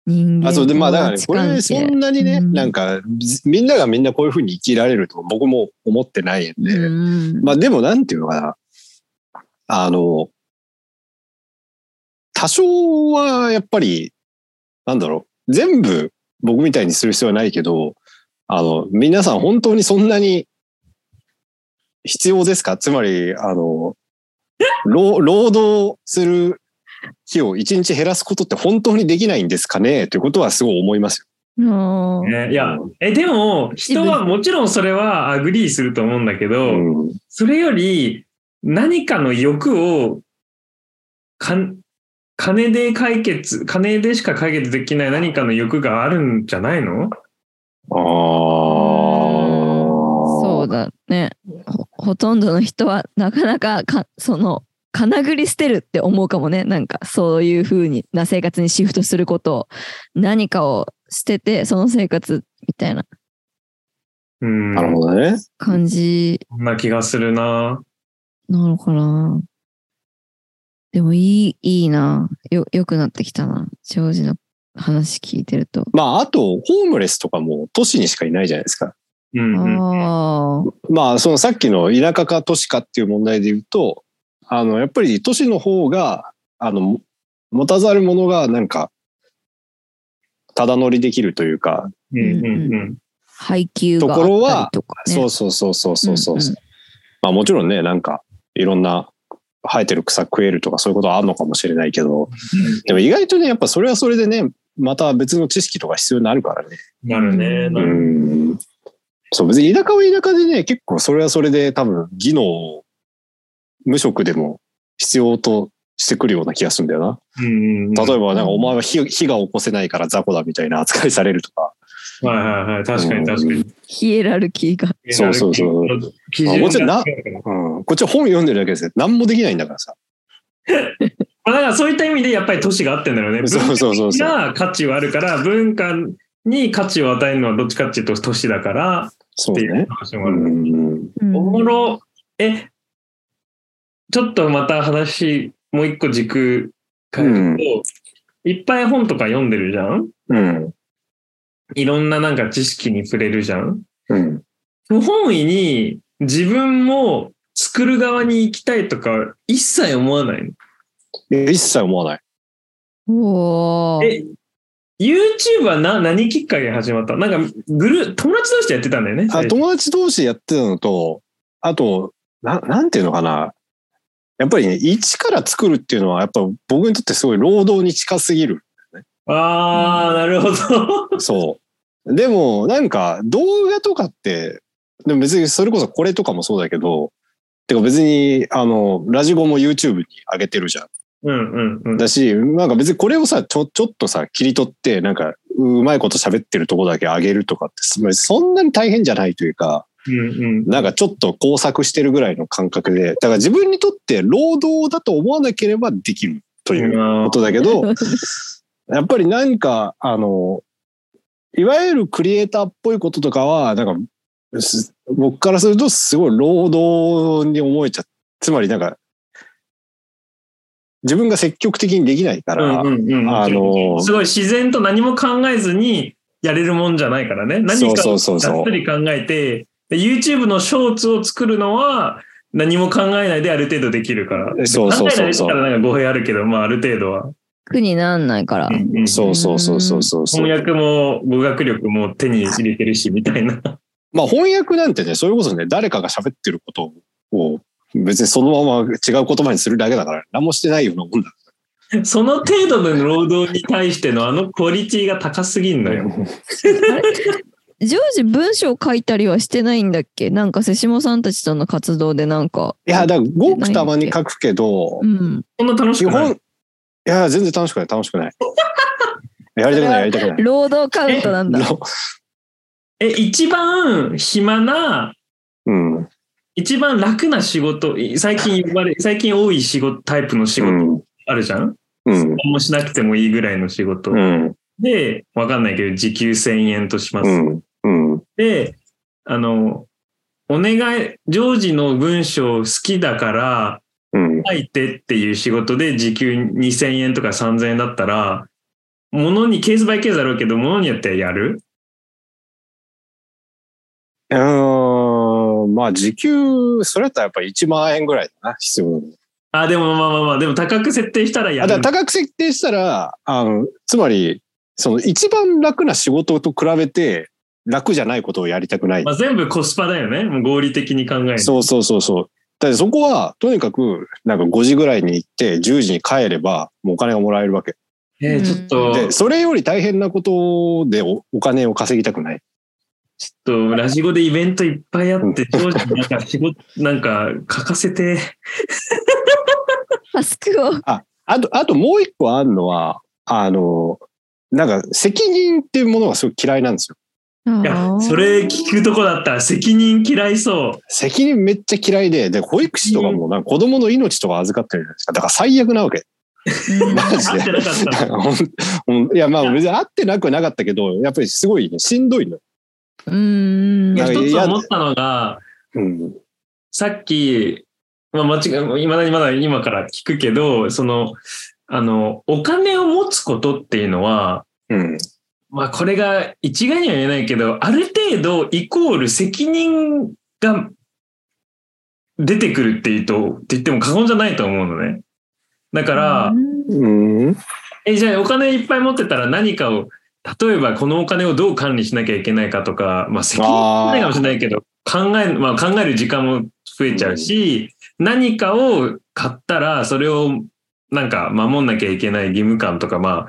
人間
あ、そうで、まあだからね、これそんなにね、
うん
なんか、じみんながみんなこういうふうに生きられると僕も思ってないんで、
うん
まあでもなんていうのかな。あの、多少はやっぱり、なんだろう、全部僕みたいにする必要はないけど、あの、皆さん本当にそんなに必要ですかつまり、あの、労労働する日を一日減らすことって本当にできないんですかねということはすごい思いますよ。
あー
ね、いや、え、でも、人はもちろんそれはアグリーすると思うんだけど、
うん
それより何かの欲をかん金で解決、金でしか解決できない何かの欲があるんじゃないの
ああ。
そうだねほ。ほとんどの人はなかなかか、その、かなぐり捨てるって思うかもね。なんか、そういう風にな生活にシフトすることを、何かを捨てて、その生活みたいな
うん、
なるほどね。
感じ
そんな気がするな。
なのかな。でも、いい、いいな。よ、良くなってきたな。ジョージの話聞いてると。
まあ、あと、ホームレスとかも都市にしかいないじゃないですか。
うんうん、
ああ。
まあ、そのさっきの田舎か都市かっていう問題で言うと、あの、やっぱり都市の方が、あの、も持たざるものがなんか、ただ乗りできるというか、
うんうんうん
配給があったりとか、ね。
そうそうそうそうそうそう。
うんうん
まあ、もちろんね、なんか、いろんな生えてる草食えるとかそういうことはあるのかもしれないけど、でも意外とね、やっぱそれはそれでね、また別の知識とか必要になるからね。
なるね。な
う
る
んそう、別に田舎は田舎でね、結構それはそれで多分技能を無職でも必要としてくるような気がするんだよ
うんうん
な。例えば、なんか
うん
お前は火火が起こせないから雑魚だみたいな扱いされるとか。
はいはいはい。確かに確かに。
ヒエラルキーが。
そうそうそう
基準
まあ
が
もちろんな
違うから
うん、こっちは本読んでるだけですね。何もできないんだからさ。
まあ、だからそういった意味でやっぱり都市があってんだろうね。
そうそうそう
文
そう。
化的な価値はあるから、文化に価値を与えるのはどっちかっていうと都市だから
そう
っていう
ね。
話も
う
ある。
ん。
うん
おもろ。え、ちょっとまた話、もう一個軸変えると、いっぱい本とか読んでるじゃん
うん。
いろんななんか知識に触れるじゃん
うん。
不本意に自分も作る側に行きたいとか一切思わないの
え一切思わない。
おー
え、YouTube はな何きっかけで始まったなんか、グルー、友達同士でやってたんだよね。
あ友達同士でやってたのと、あと、ななんていうのかな。やっぱりね、一から作るっていうのは、やっぱ僕にとってすごい労働に近すぎる。
あー、なるほど。
そう。でも、なんか、動画とかって、でも別にそれこそこれとかもそうだけど、てか別に、あの、ラジゴも YouTube に上げてるじゃん。
うんうんうん。
だし、なんか別にこれをさ、ちょ、ちょっとさ、切り取って、なんか、うまいこと喋ってるとこだけ上げるとかって、つまりそんなに大変じゃないというか、
うんうん。
なんかちょっと工作してるぐらいの感覚で、だから自分にとって労働だと思わなければできるということだけど、やっぱりなんか、あの、いわゆるクリエイターっぽいこととかは、なんか、す僕からするとすごい労働に思えちゃう。つまりなんか、自分が積極的にできないか
う
ら、
んうんうん。
あの
すごい自然と何も考えずにやれるもんじゃないからね。
そ
何
う
か
そ
を
うそう
が
そ
っ
う
つ。り考えて、で YouTube のショーツを作るのは何も考えないである程度できるから。
そうそうそう
考え
そ
ないでやったらなんか語弊あるけど、まあある程度は。
苦になんないから。
うんうん
そうそうそうそうそうそう。
翻訳も語学力も手に入れてるし、みたいな。
まあ翻訳なんてね、それこそね、誰かが喋ってることを別にそのまま違う言葉にするだけだから、何もしてないようなもんだ。
その程度の労働に対してのあのクオリティが高すぎんのよ。
ジョージ文章書いたりはしてないんだっけなんか瀬下さんたちとの活動でなんか。
いや、だからごくたまに書くけど
う、ん。
そんな楽し
基
くない
本、いや、全然楽しくない、楽しくない。やりたくない、やりたくない。
労働カウントなんだ。
え、一番暇な、
うん。
一番楽な仕事、い最近呼ばれ、最近多い仕事、タイプの仕
う
事
ん。
あるじゃん、
うん。
何もしなくてもいいぐらいの仕事。
うん。
で、わかんないけど、時給1000円とします。
うん。うん。
で、あの、お願い、ジョージの文章好きだから
うん。
書いてっていう仕事で時給2000円とか3000円だったら、ものに、ケースバイケースだろうけど、ものによってはやる
うーんまあ、時給、それだったらやっぱ1万円ぐらいだな、必要なの
あ、でもまあまあまあ、でも高く設定したらや
あ
る
だ。から高く設定したら、あの、つまり、その一番楽な仕事と比べて、楽じゃないことをやりたくない
ま。あ、全部コスパだよね。もう合理的に考える。
そうそうそうそう。だってそこは、とにかく、なんか5時ぐらいに行って、10時に帰れば、もうお金がもらえるわけ。
えーちょっと、
で、それより大変なことでおお金を稼ぎたくない。
ちょっとラジオでイベントいっぱいあって、ジョージなんか仕事、なんか書かせて。
タスクを。
あと、あともう一個あるのは、あの、なんか責任っていうものがすごい嫌いなんですよ。
いや、それ聞くとこだった。責任嫌いそう。
責任めっちゃ嫌いで、で、保育士とかもなんか子供の命とか預かってるじゃないですか。だから最悪なわけ。
うん
マジ
合
で
ってなかったの。
ほんほんいや、まあ別に合ってなくはなかったけど、やっぱりすごいねしんどいの。
うん。
いや
一つ思ったのが、
うん。
さっき、まあ、間違い、まだにまだ今から聞くけど、その、あの、お金を持つことっていうのは、
うん。
まあこれが一概には言えないけど、ある程度イコール責任が出てくるっていうと、って言っても過言じゃないと思うのね。だから、
うん。
え、じゃあお金いっぱい持ってたら何かを、例えばこのお金をどう管理しなきゃいけないかとか、まあ責任はないかもしれないけど、考え、まあ考える時間も増えちゃうし、何かを買ったらそれをなんか守んなきゃいけない義務感とか、まあ、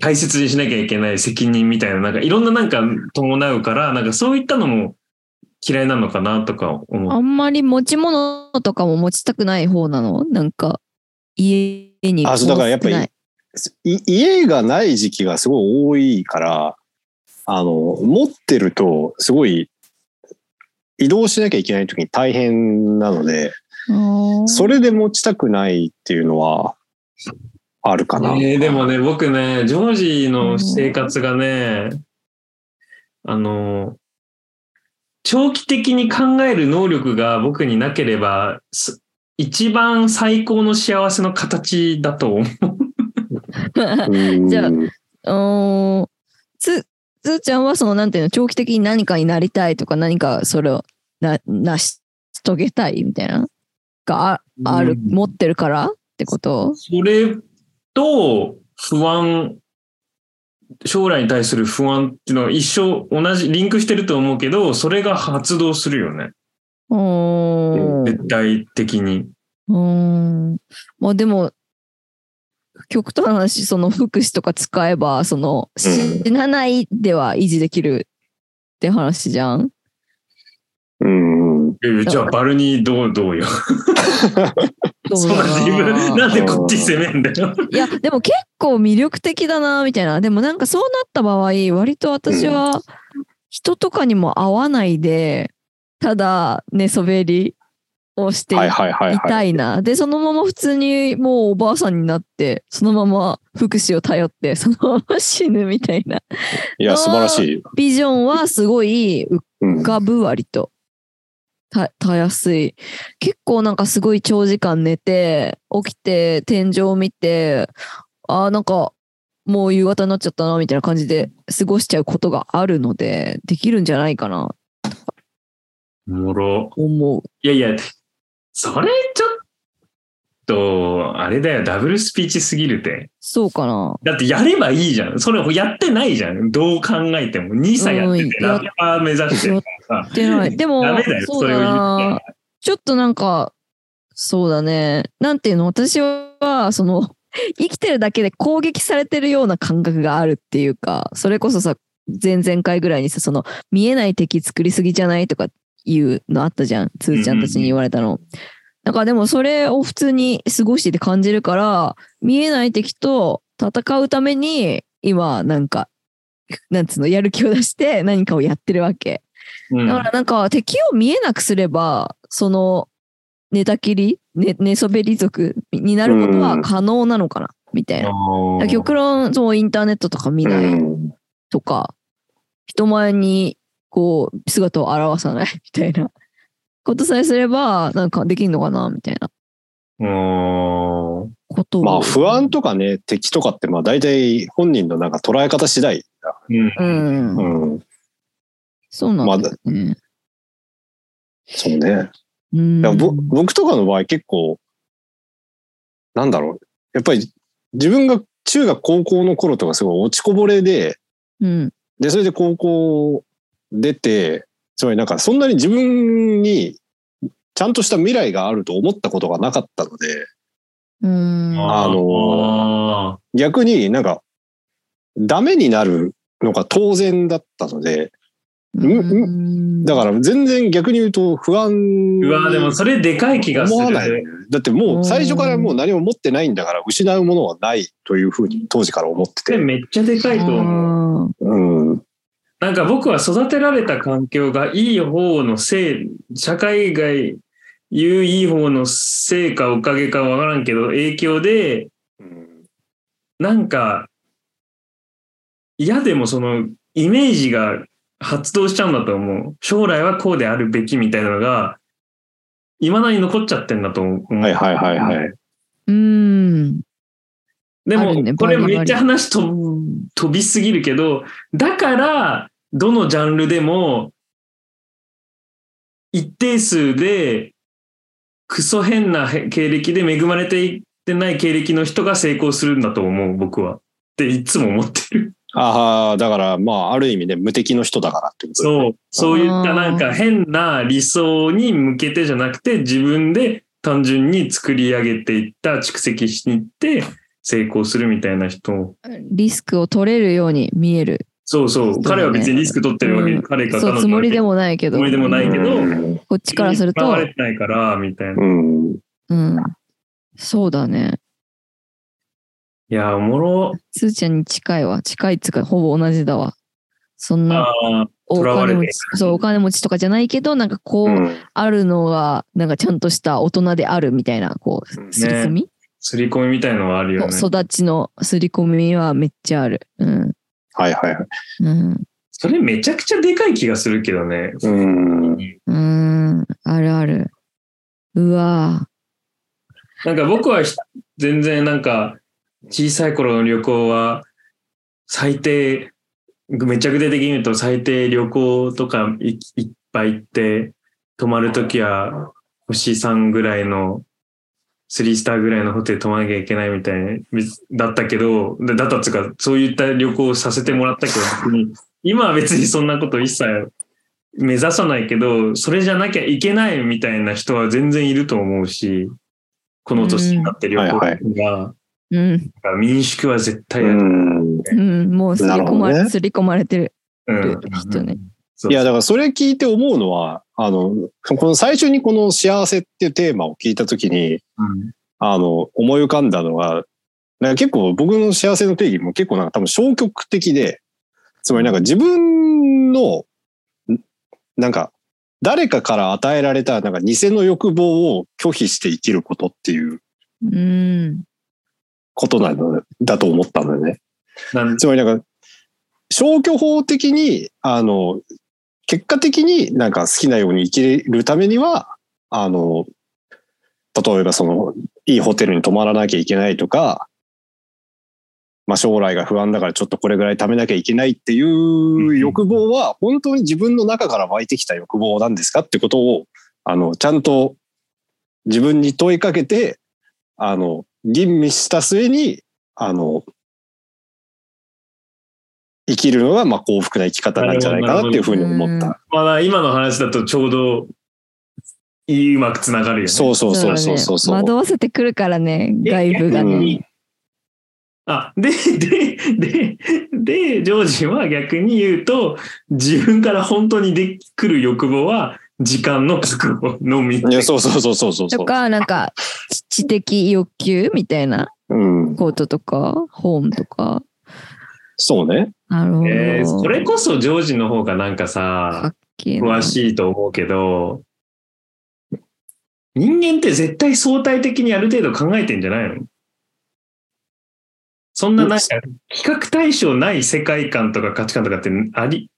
大切にしなきゃいけない責任みたいな、なんかいろんななんか伴うから、なんかそういったのも嫌いなのかなとか思
あ
う。
んまり持ち物とかも持ちたくない方なのなんか、家に。
あそうだからやっぱりい家がない時期がすごい多いから、あの、持ってると、すごい、移動しなきゃいけない時に大変なので、そ
れ。
れで持ちたくないっていうのは、あるかな。
えーでもね、僕ね、ジョージの生活がね、あの、長期的に考える能力が僕になければ、す一番最高の幸せの形だと思う。
うん
じゃあうんつ、つーちゃんはその、なんていうの、長期的に何かになりたいとか、何かそれをな、成し遂げたいみたいな、があある、
うん
持ってるからってこと
それと不安、将来に対する不安っていうのは一生同じ、リンクしてると思うけど、それが発動するよね。
うん。
絶対的に。
うん。まあでも、極端な話、その福祉とか使えば、その、
うん
死なないでは維持できるって話じゃん。
うん。
いやいやじゃあ、バルニーどうどうよ。
ど
そん
だろ
な 自分、なんでこっち攻めんだよ。
いや、でも結構魅力的だな、みたいな。でもなんかそうなった場合、割と私は人とかにも会わないで、ただ寝そべりをしてい
はいはいはい
い
は
た
い。
いな。で、そのまま普通にもうおばあさんになって、そのまま福祉を頼って、そのまま死ぬみたいない
や、素晴らしい。
ビジョンはすごい浮
うん。
かぶ割と。た、たやすい。結構なんかすごい長時間寝て、起きて、天井を見て、あーなんか、もう夕方になっちゃったな、みたいな感じで過ごしちゃうことがあるので、できるんじゃないかな、
おもろ。
思う。
いやいや、それちょっと、あれだよ、ダブルスピーチすぎるて。
そうかな。
だってやればいいじゃん。それやってないじゃん。どう考えても。2歳やってて、
うん
ラッパー目指してるからさ。
でない。でも
ダメだ、よ、
そ
そうれを
だ
言っ
な。ちょっとなんか、そうだね。なんていうの、私は、その、 生きてるだけで攻撃されてるような感覚があるっていうか、それこそさ、前々回ぐらいにさ、その見えない敵作りすぎじゃないとかいうのあったじゃん。つーちゃんたちに言われたの。なんかでもそれを普通に過ごしてて感じるから、見えない敵と戦うために、今なんか、なんつうの、やる気を出して何かをやってるわけ。
うん
だからなんか敵を見えなくすれば、その寝たきり、ね、寝そべり族になることは可能なのかな、みたいな。だから極論、そうインターネットとか見
う
ない
ん。
とか、人前にこう姿を現さない みたいなことさえすれば、なんかできんのかなみたいな
うん
ことを。
まあ不安とかね、敵とかって、まあ大体本人のなんか捉え方次第だ。
う
うん
ん。
うん。
そうなんだよね。
そうね。
うん
だからぼ僕とかの場合結構、なんだろう。やっぱり自分が中学高校の頃とかすごい落ちこぼれで、
うん。
で、それで高校出て、つまりなんかそんなに自分にちゃんとした未来があると思ったことがなかったので、
うん。
あの
の
逆になんか、ダメになるのが当然だったので、うだから全然逆に言うと不安
うわでもそれでかい気がす
思わない
る。
だってもう最初からもう何も持ってないんだから失うものはないというふうに当時から思って
それ
て。
めっちゃでかいと思う。
思
うん。
なんか僕は育てられた環境がいい方のせい、社会外言ういい方のせいかおかげかわからんけど、影響で、なんか、嫌でもそのイメージが発動しちゃうんだと思う。将来はこうであるべきみたいなのが、いまだに残っちゃってんだと思う。
はいはいはいはい。
うん。
で
ある
も、
ね
これめっちゃ
バ
話飛ぶ飛びすぎるけど、だから、どのジャンルでも、一定数で、クソ変なへ経歴で恵まれていってない経歴の人が成功するんだと思う、僕は。っていつも思ってる。
ああ、だからまあある意味ね、無敵の人だからってことですね
そう。そういったなんか変な理想に向けてじゃなくて、自分で単純に作り上げていった、蓄積しに行って、成功するみたいな人
リスクを取れるように見える。
そうそう。
そうだね
彼は別にリスク取ってるわけ、
うん
彼か彼
そう、
女
つもりで
も。
もないけど。
つもりでもないけど
うん
こっちからする
奪
と
わ、れてないから、みたいな。い
うん。
うん。そうだね。
や、おもろ。
つーちゃんに近いわ。近いっつうか、ほぼ同じだわ。そんな、
あ
お
囚われ
金
て
持ち、そう、お金持ちとかじゃないけど、なんかこ
う
う、
ん
あるのが、なんかちゃんとした大人であるみたいな、こう、すり込み、
すり込みみたいのはあるよね。
そう育ちのすり込みはめっちゃある。うん。
はいはいはい。
うん。
それめちゃくちゃでかい気がするけどね。
うん。
うん。あるある。うわ
なんか僕はひ全然なんか、小さい頃の旅行は、最低、めちゃくちゃ的に言うと最低旅行とかいいっぱい行って、泊まるときは星3ぐらいの、3スターぐらいのホテル泊まらなきゃいけないみたいな、別だったけど、だだったっつうか、そういった旅行をさせてもらったけど、別に今は別にそんなこと一切目指さないけど、それじゃなきゃいけないみたいな人は全然いると思うし、この年になって旅行が、
う
ーうん。
だから民宿は絶対
う
やる。
ん
うん。もうすり込ま
なるほど
れ、
ね
すり込まれてる
うん
人ね。
そう
いや、だからそれ聞いて思うのは、あの、この最初にこの幸せっていうテーマを聞いたときに、
うん
あの、思い浮かんだのが、なんか結構僕の幸せの定義も結構なんか多分消極的で、つまりなんか自分の、んなんか、誰かから与えられたなんか偽の欲望を拒否して生きることっていう
うん。
ことなのだと思ったんだよね。
なん
つまりなんか、消去法的に、あの、結果的になんか好きなように生きれるためには、あの、例えばその、いいホテルに泊まらなきゃいけないとか、まあ将来が不安だからちょっとこれぐらい貯めなきゃいけないっていう欲望は、本当に自分の中から湧いてきた欲望なんですかってことを、あの、ちゃんと自分に問いかけて、あの、吟味した末に、あの、生きるのがまあ幸福な生き方なんじゃないかなっていうふうに思っ
な
た。
まあ、今の話だとちょうど、いいうまくつながるよね。
そうそうそうそうそうそう。
惑わせてくるからね、外部が
う
ね。
ん
あ、で、で、で、で、ジョージは逆に言うと、自分から本当にでくる欲望は、時間の確保のみ。
いや、そうそうそうそうそうそ
と
う。
か、なんか、知的欲求みたいな
うん。
こととか、ホームとか。
そうね。
なるほど。
えーそれこそジョージの方がなんかさ、詳
い。
しいと思うけど、人間って絶対相対的にある程度考えてんじゃないのそんななんか、比較対象ない世界観とか価値観とかってあり、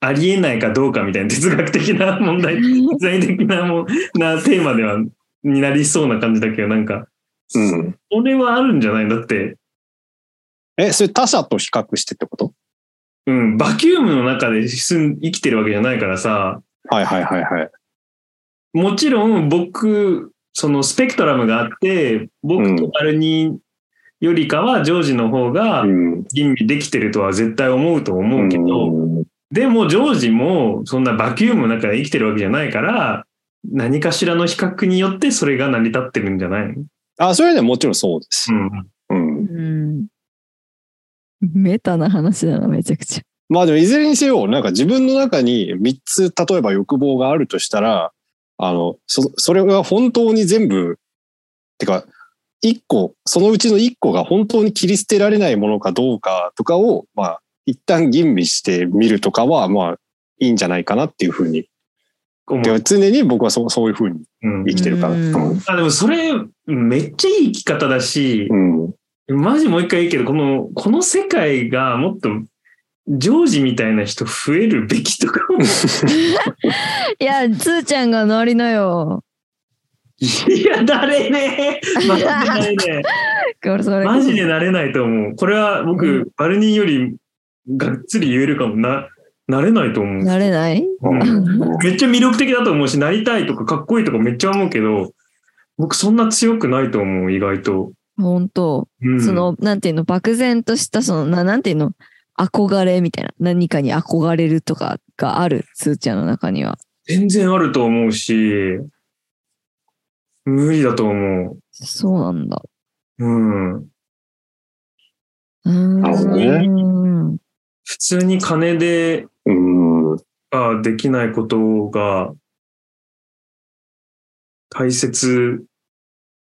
ありえないかどうかみたいな哲学的な問題、
うん
財的なもんなテーマでは、になりそうな感じだけど、なんか、
うん。
それはあるんじゃないだって、
え、それ他者と比較してってこと
うん、バキュームの中で住ん生きてるわけじゃないからさ、
はいはいはいはい。
もちろん僕、そのスペクトラムがあって、僕とアルニよりかはジョージの方が
うん。
吟味できてるとは絶対思うと思うけど、
うん
でもジョージもそんなバキュームの中で生きてるわけじゃないから、何かしらの比較によってそれが成り立ってるんじゃないの
あ、それはね、もちろんそうです
う。ん。
うん。
うん。メタな話だな、めちゃくちゃ。
まあでもいずれにせよ、なんか自分の中に3つ、例えば欲望があるとしたら、あの、そ、それが本当に全部、てか、一個、そのうちの一個が本当に切り捨てられないものかどうかとかを、まあ、一旦吟味してみるとかは、まあ、いいんじゃないかなっていうふうに。
思
で
う
常に僕はそう、そういうふうに
うん
生きてるから。う
うん
ん。
あでもそれめっちゃいい生き方だし、
うん。
マジもう一回いいけど、この、この世界がもっと、ジョージみたいな人増えるべきとかも。
いや、つーちゃんがなりなよ。
いや、誰ねマジで誰ね
これそ れ
マジでなれないと思う。これは僕、
う
バルニーよりがっつり言えるかもな、なれないと思う。
なれない
うんめっちゃ魅力的だと思うし、なりたいとかかっこいいとかめっちゃ思うけど、僕そんな強くないと思う、意外と。
本当、
うん、
その、なんていうの、漠然とした、その、ななんていうの、憧れみたいな。何かに憧れるとかがある、つーちゃんの中には。
全然あると思うし、無理だと思
そうなんだ。
う。うん。
うーん。
なるほどね
うん
普通に金で
うん。
ができないことが大切っ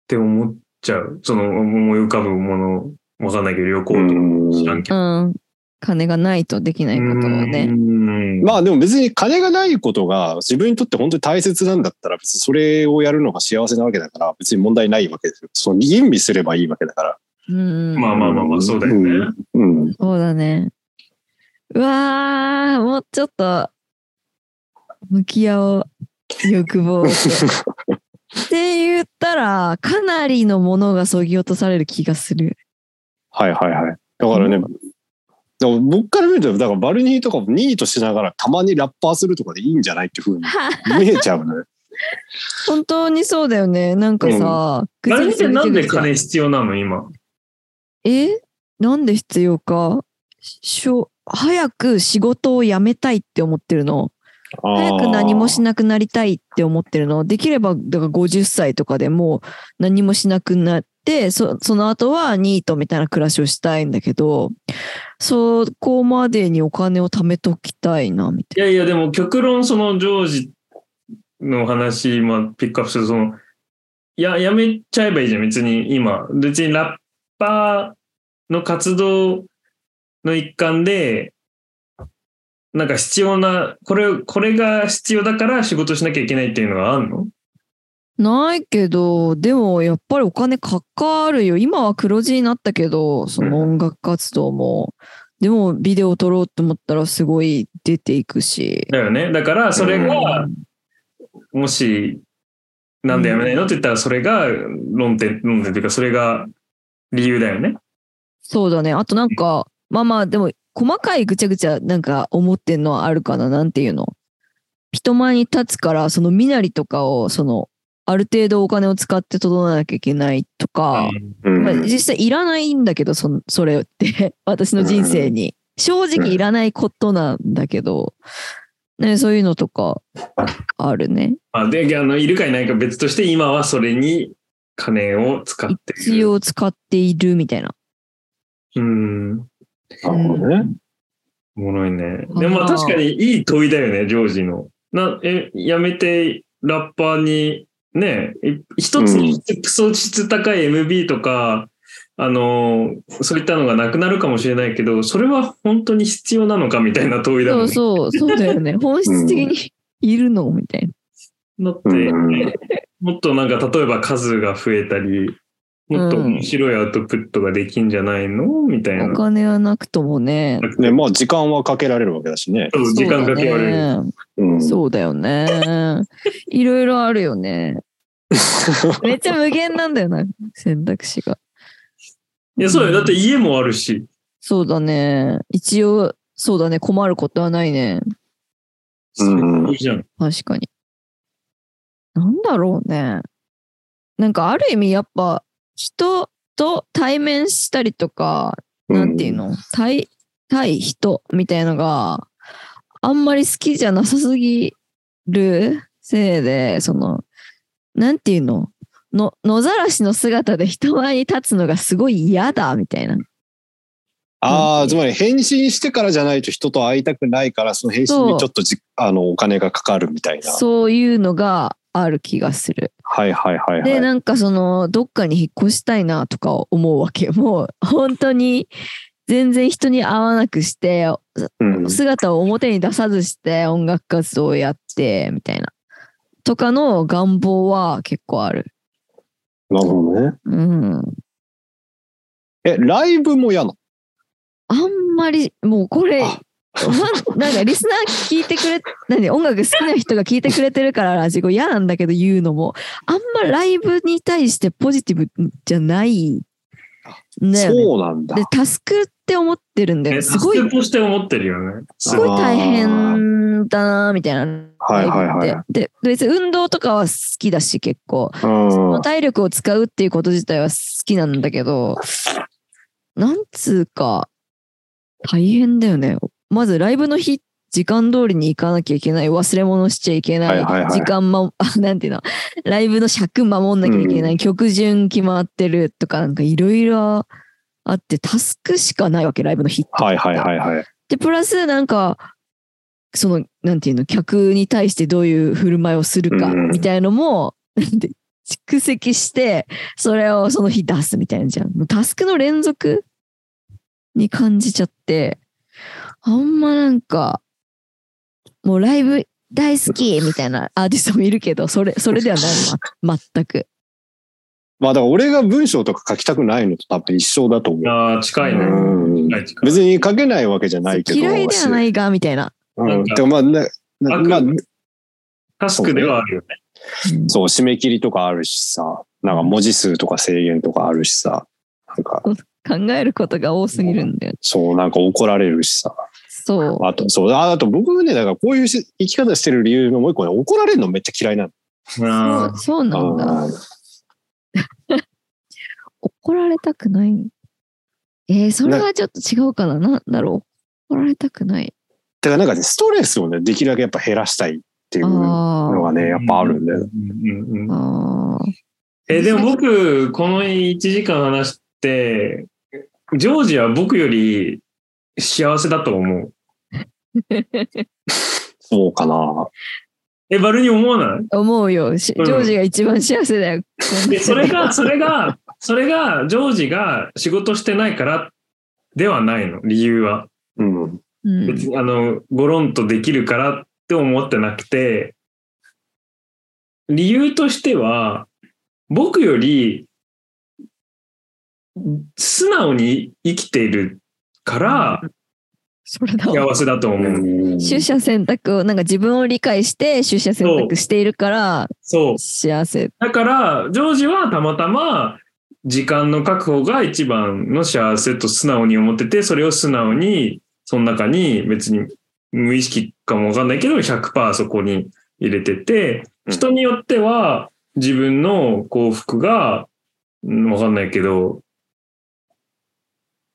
て思っちゃう。その思い浮かぶもの、わかんないけど旅行とか知らんけど。
うん。金がないとできないことをね。
うん
まあでも別に金がないことが自分にとって本当に大切なんだったら別にそれをやるのが幸せなわけだから別に問題ないわけですよ。その吟味すればいいわけだから。
うん。
まあまあまあまあ、そうだよね。
うん。
そうだね。うわー、もうちょっと、向き合おう。欲望って。って言ったら、かなりのものがそぎ落とされる気がする。
はいはいはい。だからね、
うん
だから僕から見ると、だからバルニーとかもニートしながらたまにラッパーするとかでいいんじゃないっていうふうに見えちゃうね。
本当にそうだよね。なんかさ、ぐ
あ
ちゃ
れ
ぐ
っ
ち
て
ゃ
なん
ぐ
で
ちゃぐ
金
ち
必要なの今。
ゃえなんで必要かしょ早く仕事を辞めたいって思ってるの。 早く何もし
ない。
なくなりたいって思ってるの。できれば、だから50歳とかでもう何もしなくなって、そその後はニートみたいな暮らしをしたいんだけど、そこまでにお金を貯めときたいな、み
い
たい
やいや、でも極論そのジョージの話、まあ、ピックアップするその、いや、やめちゃえばいいじゃん、別に今。別にラッパーの活動の一環で、なんか必要な、これ、これが必要だから仕事しなきゃいけないっていうのがあるの
な。ないけど、でもやっぱりお金かかるよ。今は黒字になったけど、その音楽活動も。でもビデオ撮ろうと思ったらすごい出ていくし。
だよね。だから、それが、もし、なんでやめないのって言ったら、それが論点、論点というか、それが理由だよね。
そうだね。あとなんか、まあまあ、でも、細かいぐちゃぐちゃなんか思ってんのはあるかな、なんていうの。人前に立つから、その身なりとかを、その、ある程度お金を使って整えなきゃいけないとか、
うん
まあ、実際いらないんだけど、そのそれって、 私の人生に。正直いらないことなんだけど、ね、そういうのとか、あるね。
あであのいるかいないか別として今はそれに金を使ってい
一
る。
応使っているみたいな。
うん。
なるほどね。
おもろいね。
あー
でも確かにいい問いだよね、ジョージの。な、え、やめてラッパーに、ね、い一つ
うん
にクソ質高い MB とか、あのー、そういったのがなくなるかもしれないけど、それは本当に必要なのかみたいな問いだ
そ
もん
う
ね。
そう、そうだよね。本質的にいるのみたいな。
だって、
うん
もっとなんか例えば数が増えたり、もっと面白いアウトプットができんじゃないのみたい
お
な。
金はなくともね。
で、まあ時間はかけられるわけだしね。
そう時間かけられる。
る。
うん。
そうだよね。いろいろあるよ ね。めっちゃ無限なんだよな、選択肢が。
いや、そうよ。だって家もあるし。
そうだね。一応、そうだね。困ることはないね。
うん
いいじゃん。
確かに。なんだろうね。なんかある意味やっぱ人と対面したりとか、なんていうの対、対人みたいのがあんまり好きじゃなさすぎるせいで、その、なんていうのの野ざらしの姿で人前に立つのがすごい嫌だみたいな。
ああ、つまり返信してからじゃないと人と会いたくないから、その返信にちょっとじあのお金がかかるみたいな。
そういうのがある気がする。
はいはいはい
で、
はい。
なんかその、どっかに引っ越したいなとか思うわけ。 もう、本当に、全然人に会わなくして、
うん
姿を表に出さずして音楽活動をやって、みたいな。とかの願望は結構ある。
なるほどね。
うん。
え、ライブも嫌なの
あんまり、もうこれ、
あ
ファ ンなんかリスナー聞いてくれ、何、音楽好きな人が聞いてくれてるからラジゴ嫌なんだけど言うのも、あんまライブに対してポジティブじゃないんだよね。
そうなんだ
で。、タスクって思ってるんだよ
ね
ね。すごい
タスクとして思ってるよね。
すごい大変だなみたいな。
はいはいはい
ライブってで、別に運動とかは好きだし、結構。
うん。
まあ体力を使うっていうこと自体は好きなんだけど、なんつうか、大変だよね。まずライブの日、時間通りに行かなきゃいけない。忘れ物しちゃいけない。
はいはいはい
時間ま、 あ、なんていうの。ライブの尺守んなきゃいけない。曲順決まってるとか、なんかいろいろあって、タスクしかないわけ、ライブの日って。
はいはいはいはい。
で、プラスなんか、その、なんていうの、客に対してどういう振る舞いをするか、
うん
みたいのも、 なんて蓄積して、それをその日出すみたいなじゃん。もうタスクの連続に感じちゃって、あんまなんか、もうライブ大好きみたいなアーティストもいるけど、それ、それではない の、ま、全く。
まあだから俺が文章とか書きたくないのと多分一緒だと思う。
ああ、近いね。
うん
近い近い
別に書けないわけじゃないけど。
嫌いではないが、みたいな。
うん。てかまあ、ね、な
悪
まあ、
タスクではあるよね。
うん
そう、締め切りとかあるしさ、なんか文字数とか制限とかあるしさ、なんか、
考えることが多すぎるんだよ。
そう、なんか怒られるしさ。
そう。
あと、そう、ああと僕ね、だからこういうし生き方してる理由のもう一個ね、怒られるのめっちゃ嫌いなの。
そうそうなんだ。
うん
怒られたくない。えー、それはちょっと違うかな。なんだろう。怒られたくない。
だからなんかね、ストレスをね、できるだけやっぱ減らしたいっていうの
あー
がね、やっぱあるんだよ。
うんうんうん
あー。
え、でも僕、この1時間話して、ジョージは僕より幸せだと思う。
そうかな。
え、バルに思わない
思うよ。しジ
うん
ョージが一番幸せだよ。
で、そ れが、それが、それが、ジョージが仕事してないからではないの、理由は。
うん。
うん、
別にあの、ゴロンとできるからって思ってなくて、理由としては、僕より素直に生きているから
それだわ。
幸せだと思う。
取捨選択を、なんか自分を理解して取捨選択しているから
そう。
幸せ。
だから、ジョージはたまたま時間の確保が一番の幸せと素直に思ってて、それを素直に、その中に別に無意識かもわかんないけど、100%そこに入れてて、
うん
人によっては自分の幸福が、うんわかんないけど、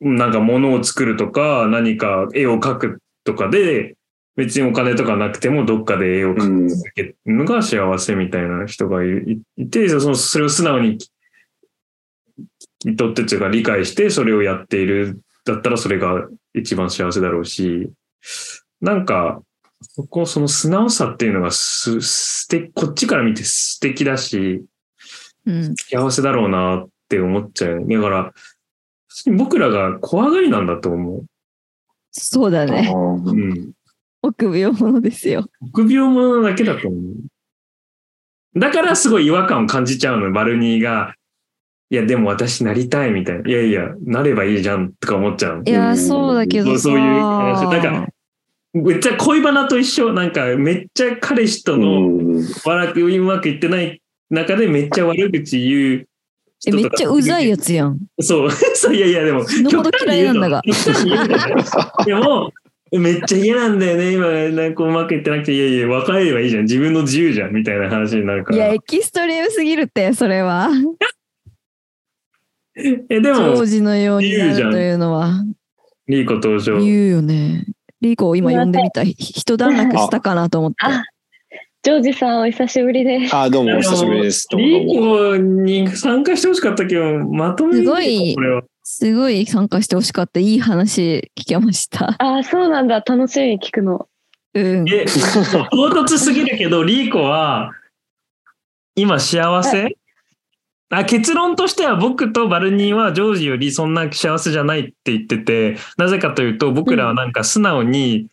なんか物を作るとか、何か絵を描くとかで、別にお金とかなくてもどっかで絵を描く
うん。
続けるのが幸せみたいな人がいるいいて、そのそれを素直に聞き取ってというか理解して、それをやっているだったらそれが一番幸せだろうし、なんか、そこ、その素直さっていうのがす、すて、こっちから見て素敵だし、
うん。
幸せだろうなって思っちゃう。だから、普通に僕らが怖がりなんだと思
そうだ
あ
ね。
う。う
ー
ん。
臆病者ですよ。
臆病者だけだと思う。だからすごい違和感を感じちゃうの、バルニーが。いや、でも私なりたいみたいな。いやいや、なればいいじゃんとか思っちゃう
い。やー、そうだけど
そう
さ。
そういう話。なんか、めっちゃ恋バナと一緒。なんか、めっちゃ彼氏との
うん
悪くうまくいってない中でめっちゃ悪口言う
え、
人とか。
めっちゃうざいやつやん。
そう。 そう、いやいや、でも、
死ぬほど嫌いなんだが
極端に言うと。極端に言うとねでも、めっちゃ嫌なんだよね、今、なんかうまくいってなくて、いやいや、別れればいいじゃん、自分の自由じゃん、みたいな話になるか
いや、
ら。
エキストリームすぎるって、それは。
え、でも
当、時のようになるというのは。
リーコ登場。
言うよね。リーコを今呼んでみた。ひ一段落したかなと思って。
あジョージさん、お久しぶりです。
あー、どうも、お久しぶりです。どうもど
リ
う
ー コ
も。
に参加してほしかったけど、まとめに
すごい
これは。
すごい参加してほしかった。いい話聞けました。
ああ、そうなんだ。楽しみに聞くの。
うん。
え、唐突すぎる けど、リーコは、今幸せあ結論としては僕とバルニーはジョージよりそんな幸せじゃないって言ってて、なぜかというと僕らはなんか素直に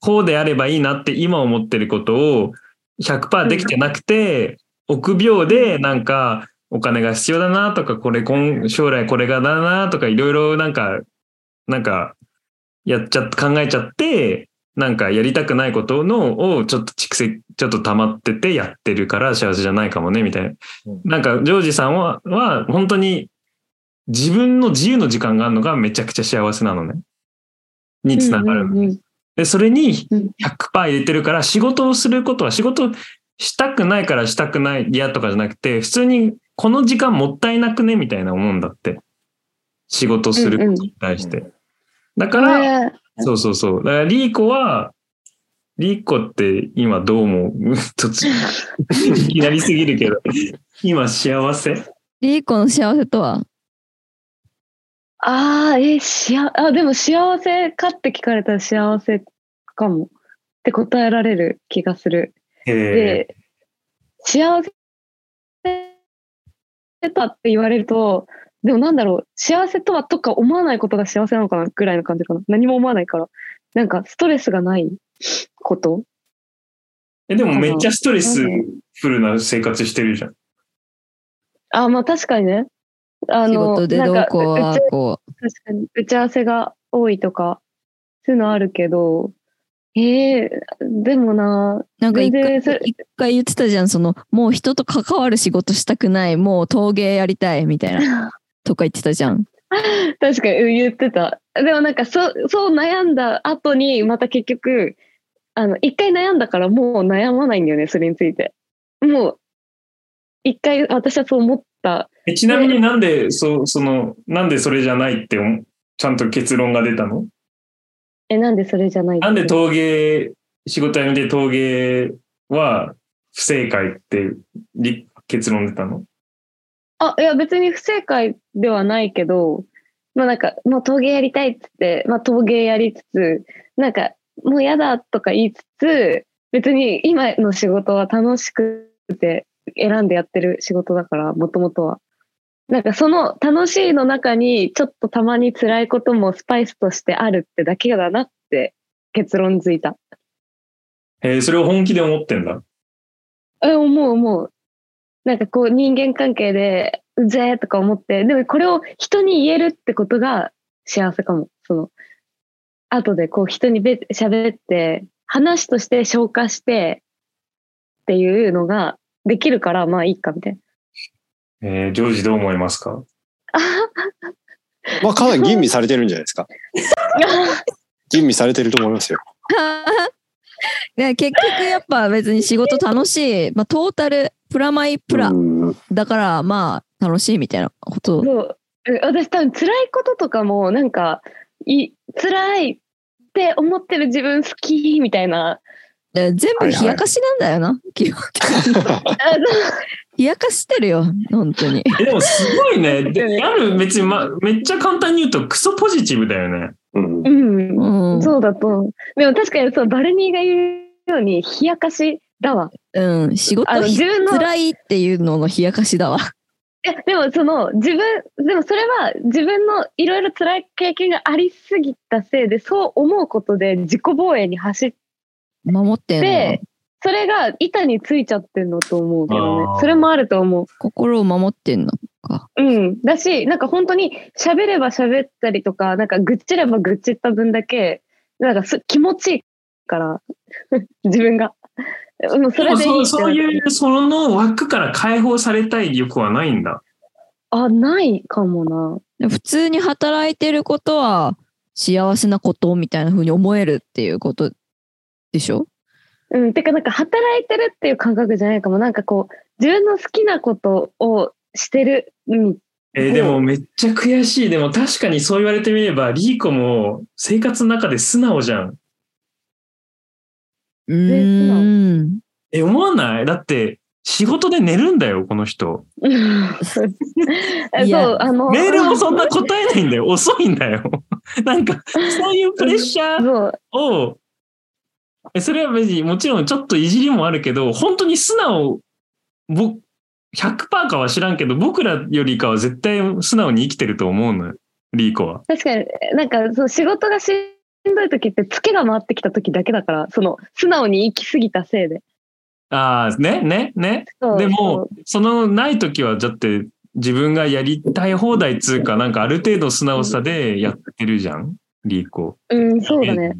こうであればいいなって今思ってることを100%できてなくて、臆病でなんかお金が必要だなとか、これ今、将来これがだなとか、いろいろなんか、なんか、やっちゃっ考えちゃって、なんかやりたくないことのをちょっと蓄積、ちょっと溜まっててやってるから幸せじゃないかもね、みたいな
うん。
なんか、ジョージさんは、は、本当に自分の自由の時間があるのがめちゃくちゃ幸せなのね。につながる
う
の。
んうんうん
で、それに
うん
100%入れてるから、仕事をすることは仕事したくないからしたくない嫌とかじゃなくて、普通にこの時間もったいなくねみたいな思うんだって。仕事することに対して。だから、
ね
そうそうそう。だから、リーコは、リーコって今どう思う突然、いきなりすぎるけど、今幸せ
リーコの幸せとは
ああ、えー、しあ、あ、でも幸せかって聞かれたら幸せかも。って答えられる気がする。
え
で、幸せだって言われると、でもなんだろう、幸せとはとか思わないことが幸せなのかなぐらいの感じかな。何も思わないから。なんか、ストレスがないこと。
えでもめっちゃストレス
なんだろう
フルな生活してるじゃん。
あ、まあ確かにね。あ
仕事でどうこう
なん
は
か
こう。
うち確かに打ち合わせが多いとか、そういうのあるけど、ええでもな、
なんか一回
全然それ
一回言ってたじゃん。その、もう人と関わる仕事したくない。もう陶芸やりたいみたい な。とか言ってたじゃん。
確かにうん言ってた。でもなんかそ、そう悩んだ後に、また結局、あの、一回悩んだからもう悩まないんだよね、それについて。もう、一回私はそう思った。
えちなみになんで、そう、その、なんでそれじゃないって思う、ちゃんと結論が出たの
え、なんでそれじゃない
なんで陶芸、仕事辞めて陶芸は不正解ってり結論出たの
あ、いや別に不正解ではないけど、まあなんか、もう陶芸やりたいっつって、まあ陶芸やりつつ、なんか、もうやだとか言いつつ、別に今の仕事は楽しくて選んでやってる仕事だから、もともとは。なんかその楽しいの中に、ちょっとたまに辛いこともスパイスとしてあるってだけだなって結論づいた。
えーそれを本気で思ってんだ。
え、思う思う。なんかこう人間関係で、うぜーとか思って、でもこれを人に言えるってことが幸せかも。その、後でこう人にべ喋って、話として消化してっていうのができるから、まあいいかみたいな。
えージョージどう思いますか
まあ、かなり吟味されてるんじゃないですか。吟味されてると思いますよ。
で結局やっぱ別に仕事楽しい。まあトータル、プラマイプラ
う。ん
だからまあ楽しいみたいなこと。
そううん私多分辛いこととかもなんかい辛いって思ってる自分好きみたいな
で全部冷やかしなんだよな。基本的に
あの
冷冷やかしてるよ、本当に。
えでもすごい ね。でギャル別に、ま、めっちゃ簡単に言うとクソポジティブだよね。
うん。
うん。
うん。
そうだと思う。でも確かにそう、バルニーが言うように、冷やかしだわ。
うん、仕事
あの、自分の、い
辛いっていうのの冷やかしだわ。
や、でもその、自分、でもそれは自分のいろいろ辛い経験がありすぎたせいで、そう思うことで自己防衛に走って、
守ってんのよ
で。それが板についちゃってんのと思うけど
あー
ね。それもあると思う。
心を守ってんの。
うん。だし、なんか本当に喋れば喋ったりとか、なんか愚痴れば愚痴った分だけ、なんかす気持ちいいから、 自分が。もうそれでいい
も
って
そうそういう、その枠から解放されたい欲はないんだ。
あ、ないかもな。
普通に働いてることは幸せなことみたいな風に思えるっていうことでしょ
うん、てかなんか働いてるっていう感覚じゃないかも。なんかこう、自分の好きなことをしてる。 うん。
えーでもめっちゃ悔しい。でも確かにそう言われてみれば、リーコも生活の中で素直じゃん。
うーん。
え、思わないだって、仕事で寝るんだよ、この人。
そう、
いや
あの、
メールもそんな答えないんだよ。遅いんだよ。 なんか、そういうプレッシャー
そう。
を、えそれは別にもちろんちょっといじりもあるけど、本当に素直、僕、100%かは知らんけど、僕らよりかは絶対素直に生きてると思うのよ、リーコは。
確かに、なんかそう仕事がしんどい時って、ツケが回ってきた時だけだから、その、素直に行き過ぎたせいで。
ああ、ね、ね、ね。
そう
で
そう
も、そのない時は、だって自分がやりたい放題つうか、なんかある程度素直さでやってるじゃん、リーコ。
うん、そうだね。。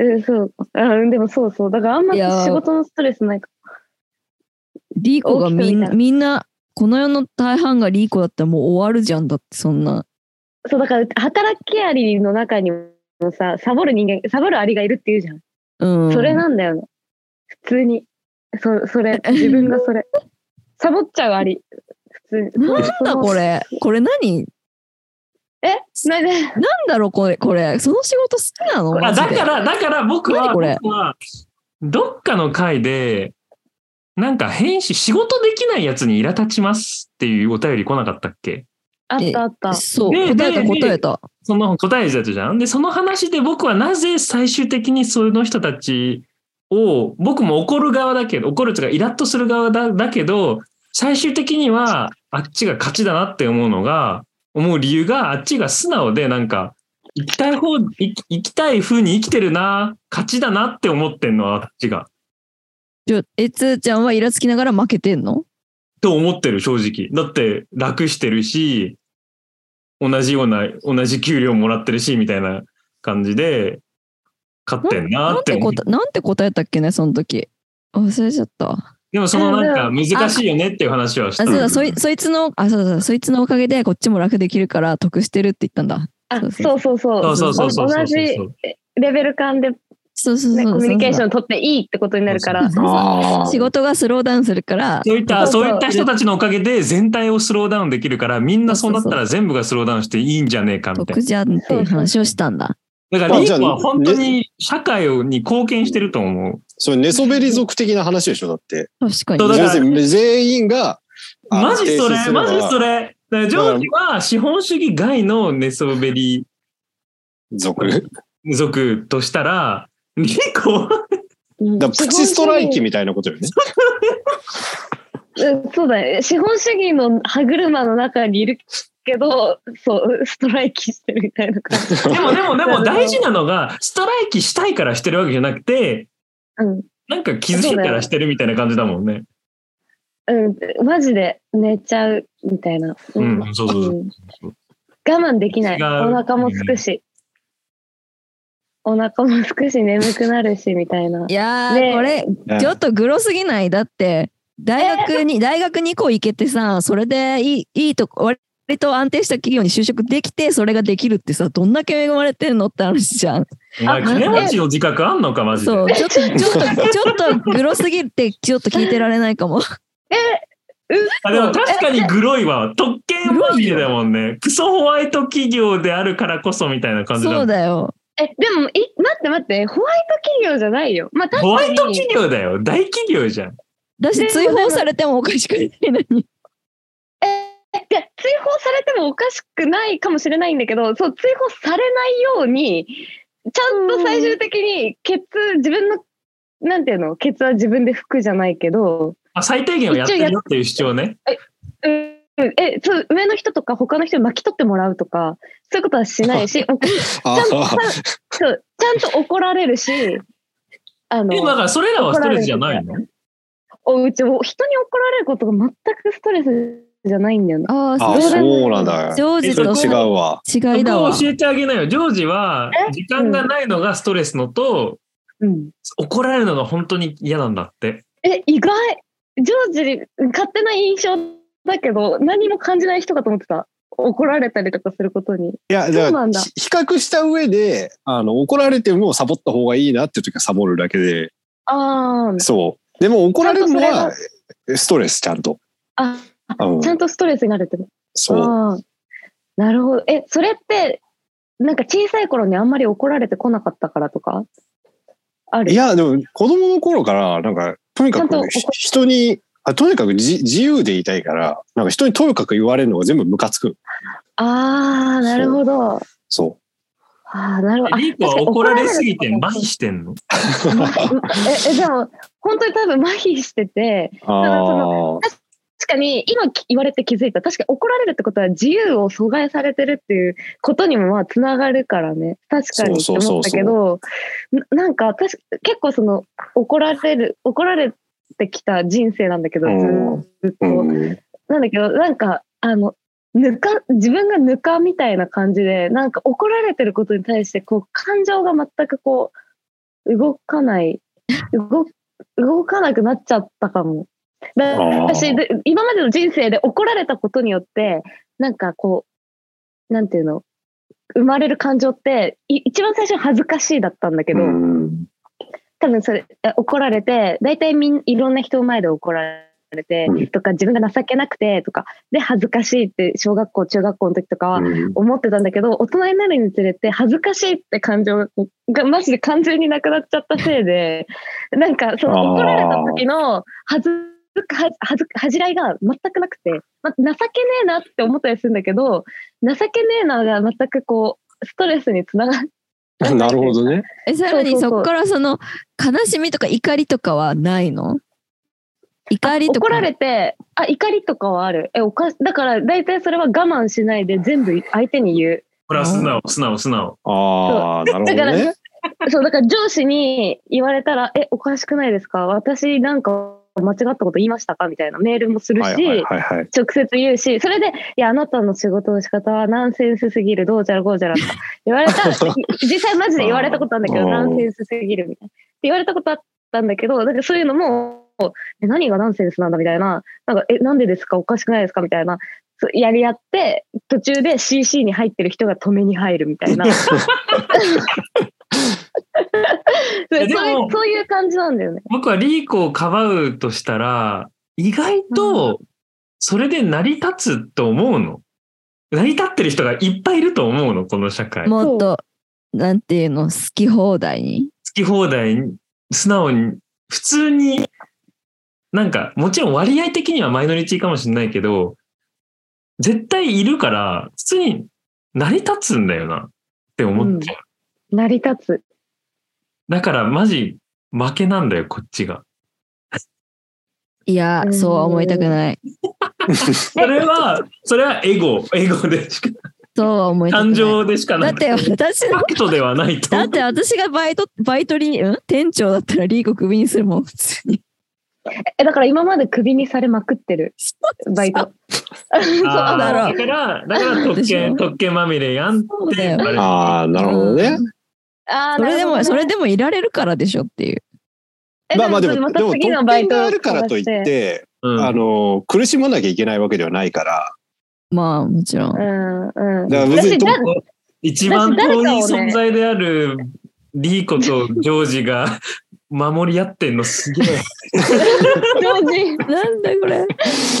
うん、そう。あうん、でもそうそう。だからあんま
いやー
仕事のストレスないか
リーコがみん
大きく見たら
みんな、この世の大半がリーコだったらもう終わるじゃんだって、そんな。
そう、だから、働きありの中にもさ、サボる人間、サボるアリがいるって言うじゃん。
うん。
それなんだよね。普通に。そ、それ、自分 がそれ。サボっちゃうアリ。普通に。
なんだこれこれ何
その。えなんで
なんだろうこれ、これ。その仕事好きなの
あ
マジ
だ
で
から、だから僕は、
何これ
僕はどっかの回で、なんか編集、仕事できないやつに苛立ちますっていうお便り来なかったっけ
あったあった。
そう、
ねえ
答えた
ねえ
答えた。
その答えだったじゃん。で、その話で僕はなぜ最終的にその人たちを、僕も怒る側だけど、怒るというかイラッとする側だだけど、最終的にはあっちが勝ちだなって思うのが、思う理由があっちが素直でなんか、行きたい方、生き生きたい風に生きてるな、勝ちだなって思ってんの、あっちが。
ちょえ、つーちゃんはイラつきながら負けてんの
と思ってる、正直。だって、楽してるし、同じような、同じ給料もらってるし、みたいな感じで、勝ってんな
なん
っ
て
て思う
こ。たなんて答えたっけね、その時。忘れちゃった。
でも、そのなんか、難しいよねっていう話はし
あ
た。
そうだそいそいつのあそうだそうだそいつのおかげでこっちも楽できるから得してるって言ったんだ
あ、
そう
そうそうそう。
そうそうそうそうそう
同じレベル感で、ね、
そうそうそう
コミュニケーショ
ン
ン取っていいってことになるから。
そう
ああ
仕。事がスローダウンするから
そういった、
そう
そ
そう
ういった人たちのおかげで全体をスローダウンできるから、みんなそうなったら全部がスローダウンしていいんじゃねえかみたい
得
な。
じゃんっていう話をしたんだ
だから、リ
あじゃ
ー
あ
コは本当に社会に貢献してると思う。
それ寝そべり族的な話でしょだって。
確かに
そうだから
要するに全員が。あの
マジそ
提出す
れ、
ば
マジそれ。だから、ジョージは資本主義外の寝そべり
族
族としたら、リコは
うん
だからプチストライキみたいなことよね。
うんそうだね。資本主義の歯車の中にいるけど、そう、ストライキしてるみたいな感 じ。
でもでもでも大事なのが、ストライキしたいからしてるわけじゃなくて、
うん。
なんか気づいたらしてるみたいな感じだもんね。
うん、マジで寝ちゃうみたいな。う
うん、そうそうそう。
ん我慢できな
違
い。
う
お腹もすくし。お腹もすくし、眠くなるし、みたいな。
いやー、
ねえ
これちょっとグロすぎないだって大学に大学2個行けてさそれでいいいいとこ割と安定した企業に就職できてそれができるってさどんだけ恵まれてんのって話じゃん
お前、
あ
金持ちの自覚あんのか、マジで。
そうちょっとちょっとちょっとグロすぎてちょっと聞いてられないかも
あでも確かにグロいわ。特権まみれだもんね。クソホワイト企業であるからこそみたいな感じだ
そ
も。
うんだよ
え、でも、い、待って待って、ホワイト企業じゃないよ。まあ、確
ホワ
か
イ
に
ト企業だよ。大企業じゃん。
だし、
で
追放されてもおかしくないのに。
で追放されてもおかしくないかもしれないんだけどそう追放されないようにちゃんと最終的にケツ自分のなんていうのケツは自分で拭くじゃないけど、
あ最低限はやってるよっていう主張ね。
うん、えそう上の人とか他の人に巻き取ってもらうとかそういうことはしないしおち
あ
ゃんと
あ、
そうちゃんと怒られるし あ
え、だ
の
からそれらはストレスじゃないの
おうちも人に怒られることが全くストレスじゃないんだよな。
あ
あ
あ、
れ
そうなんだ
ジ。ョージ
それ
と
違うわ。
の違い
僕
だわ
を。教えてあげないよ。ジョージは
え
時間がないのがストレスのと、
うん
怒られるのが本当に嫌なんだって。
え、意外。ジョージに勝手な印象だけど、何も感じない人かと思ってた。怒られたりとかすることに。
いや、
そう
だか
なん
ら
だ
ひ比較した上で、あの、怒られてもサボった方がいいなっていう時はサボるだけで、
あ
そう。でも怒られるの
ちゃん
は
と
ストレス、ちゃんと。
あ、
う
あ、
ん
ちゃんとストレスになるってこ
そう。
と。あーなるほど。え、それって、なんか小さい頃にあんまり怒られてこなかったからとかある
いや、でも子供の頃から、なんか、とにか
ちゃんと
く
怒
ひ人に、あとにかくじ自由でいたいから、なんか人にとにかく言われるのが全部ムカつく。
ああ、なるほど。あ
そ
あ、なるほど。あ
えリーコは
確かに
怒られすぎて
ること
麻痺してんの
え、え、でも、本当に多分麻痺してて、
う。 ああ。
確かに今言われて気づいた確かに怒られるってことは自由を阻害されてるっていうことにもまあつながるからね確かにって
そうそうそ
思っ
うそ
た
う
けどななんか確か結構その怒られる怒られてきた人生なんだけど
うん
ずっと、
うん。
なんだけどなんかあのぬか自分がぬかみたいな感じでなんか怒られてることに対してこう感情が全くこう動かない動動かなくなっちゃったかも。だ私で今までの人生で怒られたことによってなんかこうなんていうの生まれる感情ってい一番最初は恥ずかしいだったんだけど、
うん
多分それえ怒られて大体みんいろんな人の前で怒られて
うん
とか自分が情けなくてとかで恥ずかしいって小学校中学校の時とかは
うん
思ってたんだけど大人になるにつれて恥ずかしいって感情がこうがマジで完全になくなっちゃったせ いでなんかその
あー
怒られた時の恥ずか恥ずか恥じらいが全くなくて、ま、情けねえなって思ったりするんだけど情けねえなが全くこうストレスにつながっ
なるほどね。
え、さらに
そうそうそう
そこからその悲しみとか怒りとかはないの怒りとか。
怒られて、あ、怒りとかはある。え、おかだから、大体それは我慢しないで全部相手に言う。
ほら、素直、素直、素直。
ああ、なるほど
だから
ね。
そう、だから上司に言われたら、え、おかしくないですか私なんか間違ったこと言いましたかみたいなメールもするし、
はいはいはいはい。
直接言うし、それで、いや、あなたの仕事の仕方はナンセンスすぎる、どうじゃらこうじゃらとか言われ た、実際マジで言われたことあるんだけ
う
ど、
ん
ナンセンスすぎるみたいな。って言われたことあったんだけど、なんかそういうのも、え何がナンセンスなんだみたいな、なんか、え、なんでですかおかしくないですかみたいな、そうやり合って、途中で CC に入ってる人が止めに入るみた いな。そう
えでも
そういうそういう感じなんだよね。
僕はリーコをかばうとしたら、意外と、それで成り立つと思うの。成り立ってる人がいっぱいいると思うの、この社会。好
もっと、なんていうの、好き放題に。
き放題に、素直に、普通に、なんか、もちろん割合的にはマイノリティかもしれないけど、絶対いるから、普通に成り立つんだよなって思っちゃう。
成り立つ。
だから、マジ、負けなんだよ、こっ ちが。
いや
う、ん
そうは思いたくない。
それは、それはエゴ、エゴで しか、
そうは思いたくない。
感情でしか
だっ
なくて
て私
フ
の
ァ、クトではないと
だって私がバイト、バイトリん店長だったらリーコクビにするもん、普通 に。
え、だから今までクビにされまくってる、バイト。 そう
あー
だろう
から、だから特
でし
権、
ょ
特権まみれやんって
そうだよ
言われる。
ああ、なるほどね。
あー
それでも、それ
なる
でもいられるからでしょっていう。
ほどねえ
まあまあでも、
ま
で
た
も、
次の
特
バイ
権
ト
があるからといっ
探して
て、
うん
あの、苦しまなきゃいけないわけではないから。
まあ、もちろん。
うんうん
だから別に
私
と
だ
一番遠い
私誰かをね
存在であるリーコとジョージが 守り合ってんのすげえ。
同 時
なんだこれ。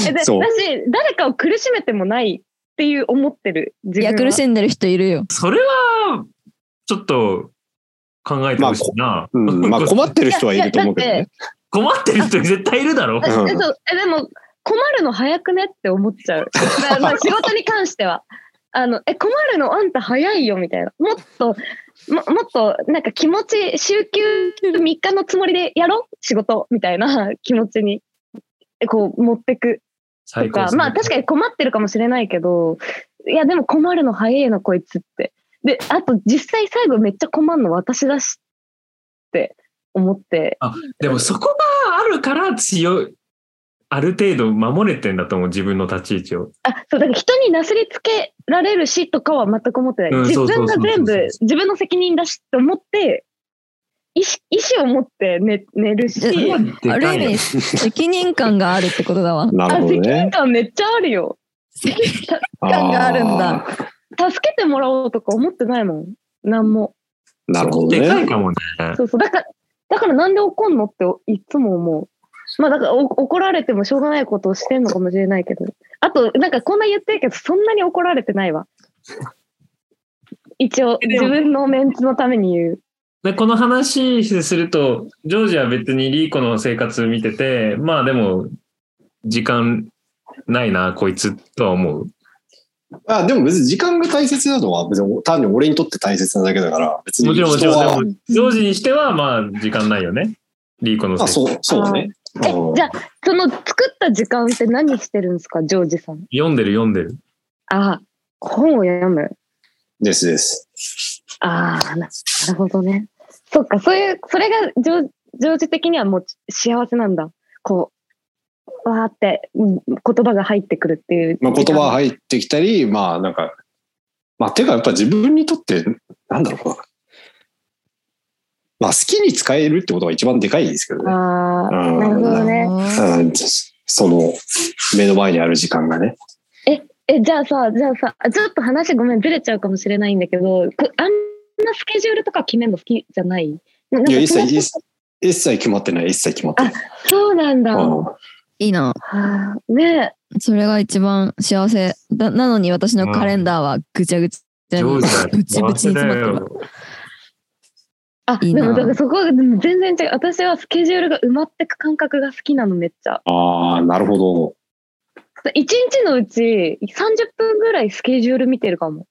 えで私
そう
誰かを苦しめてもないっていう思ってる 自
い
分は
や、苦しんでる人いるよ。
それは、ちょっと考えてほしいな。
うん、まあ困ってる人はいると思うけど
いや
ね。
困ってる人絶対いる だろ。
うん
えそうえでも困るの早くねって思 っちゃう。だからまあ仕事に関しては。あのえ困るのあんた早いよみたいな。もっとももっとなんか気持ち週休3日のつもりでやろう仕事みたいな気持ちにえこう持ってくと
最高
か、
ですね
まあ確かに困ってるかもしれないけどいやでも困るの早いなこいつって。であと実際最後めっちゃ困るの私だしって思って
でもそこがあるから強い。ある程度守れてんだと思う、自分の立ち位置を。
あ、そう、だから人になすりつけられるしとかは全く思ってない。
うん
自
そうそ
分
う
が
そう
全
そう
部、自分の責任だしって思って、意思意思を持って寝寝るし、
いや
あ、
ある意味、責任感があるってことだわ。
なるほ
責
ど
任
ね。
感めっちゃあるよ。
感があるんだ
あー。
助けてもらおうとか思ってないもん。なんも。
なるほど
でかい
ね。
かもね。
そうそう。だから、だからなんで怒んのっていっつも思う。まあだからお怒られてもしょうがないことをしてんのかもしれないけど。あと、なんかこんな言ってるけど、そんなに怒られてないわ。一応、
で
自
も
分のメンツのために言う。
でこの話すると、ジョージは別にリーコの生活見てて、まあでも、時間ないな、こいつとは思う。
あでも別に時間が大切なのは、別に単に俺にとって大切なだけだから、別に
もちろん、もち
人は
ろん、でも、ジョージにしては、まあ、時間ないよね。リーコの
まあ
生活。
そう、そうだね。
え
うん、
じゃあ、その作った時間って何してるんですか、ジョージさん。
読んでる、読んでる。
ああ、本を読む。
ですです。
ああ、ななるほどね。そっか、そういう、それがジョジョージ的にはもう幸せなんだ。こう、わーって、うん言葉が入ってくるっていう。
まあ、言葉
入
入ってきたり、まあなんか、まあてかやっぱ自分にとって、なんだろうな。まあ好きに使えるってことが一番でかいですけどね。
ああ、
うん
なるほどね。
あ
うんその目の前にある時間がね。
え、じゃあさ、じゃあさ、ちょっと話ごめん、ずれちゃうかもしれないんだけど、こあんなスケジュールとか決めるの好きじゃないななんか
いや、一切、
その
一切一切決まってない、一切決まってない。
そうなんだ。
うん
は
ーいいな。
あ、ねえ。
それが一番幸せだ。なのに私のカレンダーはぐちゃぐちゃに、
ジョー ジは
ぶちぶちに詰まってるわ。
あ、
いい
で
な
もだからそこが全然違う。私はスケジュールが埋まってく感覚が好きなのめっちゃ。
ああ、なるほど。
一日のうち30分ぐらいスケジュール見てるかも。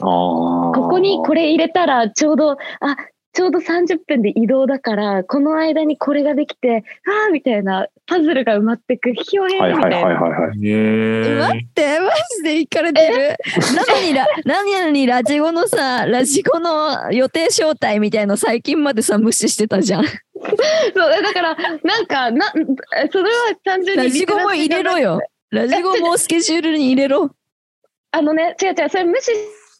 ああ。
ここにこれ入れたらちょうど、あ、ちょうど30分で移動だから、この間にこれができて、ああ、みたいな、パズルが埋まってく、ひよへんみ
は
た
い
いな。
はいはいはいはい。
ねえ
待って、マジで行かれてる。なのにラ、なのにラジゴのさ、ラジゴの予定招待みたいの最近までさ、無視してたじゃん。
そう、だから、なんか、な、それは単純に。
ラジゴも入れろよ。ラジゴもスケジュールに入れろ。
あのね、違う違う、それ無視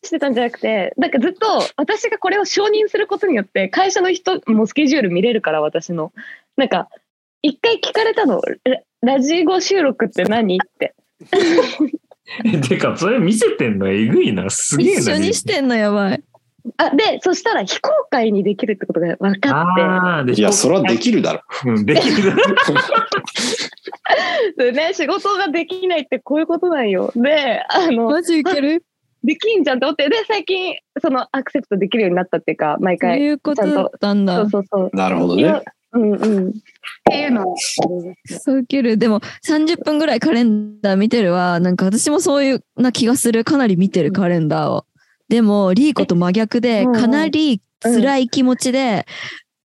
してたんじゃなくて、なんかずっと私がこれを承認することによって、会社の人もスケジュール見れるから、私の。なんか、一回聞かれたの、ララジゴ収録って何って。
てか、それ見せてんのえぐいな。すげえな。
一緒にしてんのやばい。
あ、で、そしたら非公開にできるってことが分かっ
ああ、で
いや、それはできるだろ。
うんできる。
て、でね、仕事ができないってこういうことなんよ。で、あの、
マジいける
できんじゃんって思って、で、最近、その、アクセプトできるようになったっていうか、毎
と
回。
いうことだったん
そ
だ
う。そうそう。
なるほど
い
ね
や。うんうん。っていうのを。
そうける。でも、30分ぐらいカレンダー見てるわ。なんか私もそういうな気がする。かなり見てるカレンダーを。でも、リーコと真逆で、
うんうん
かなり辛い気持ちで、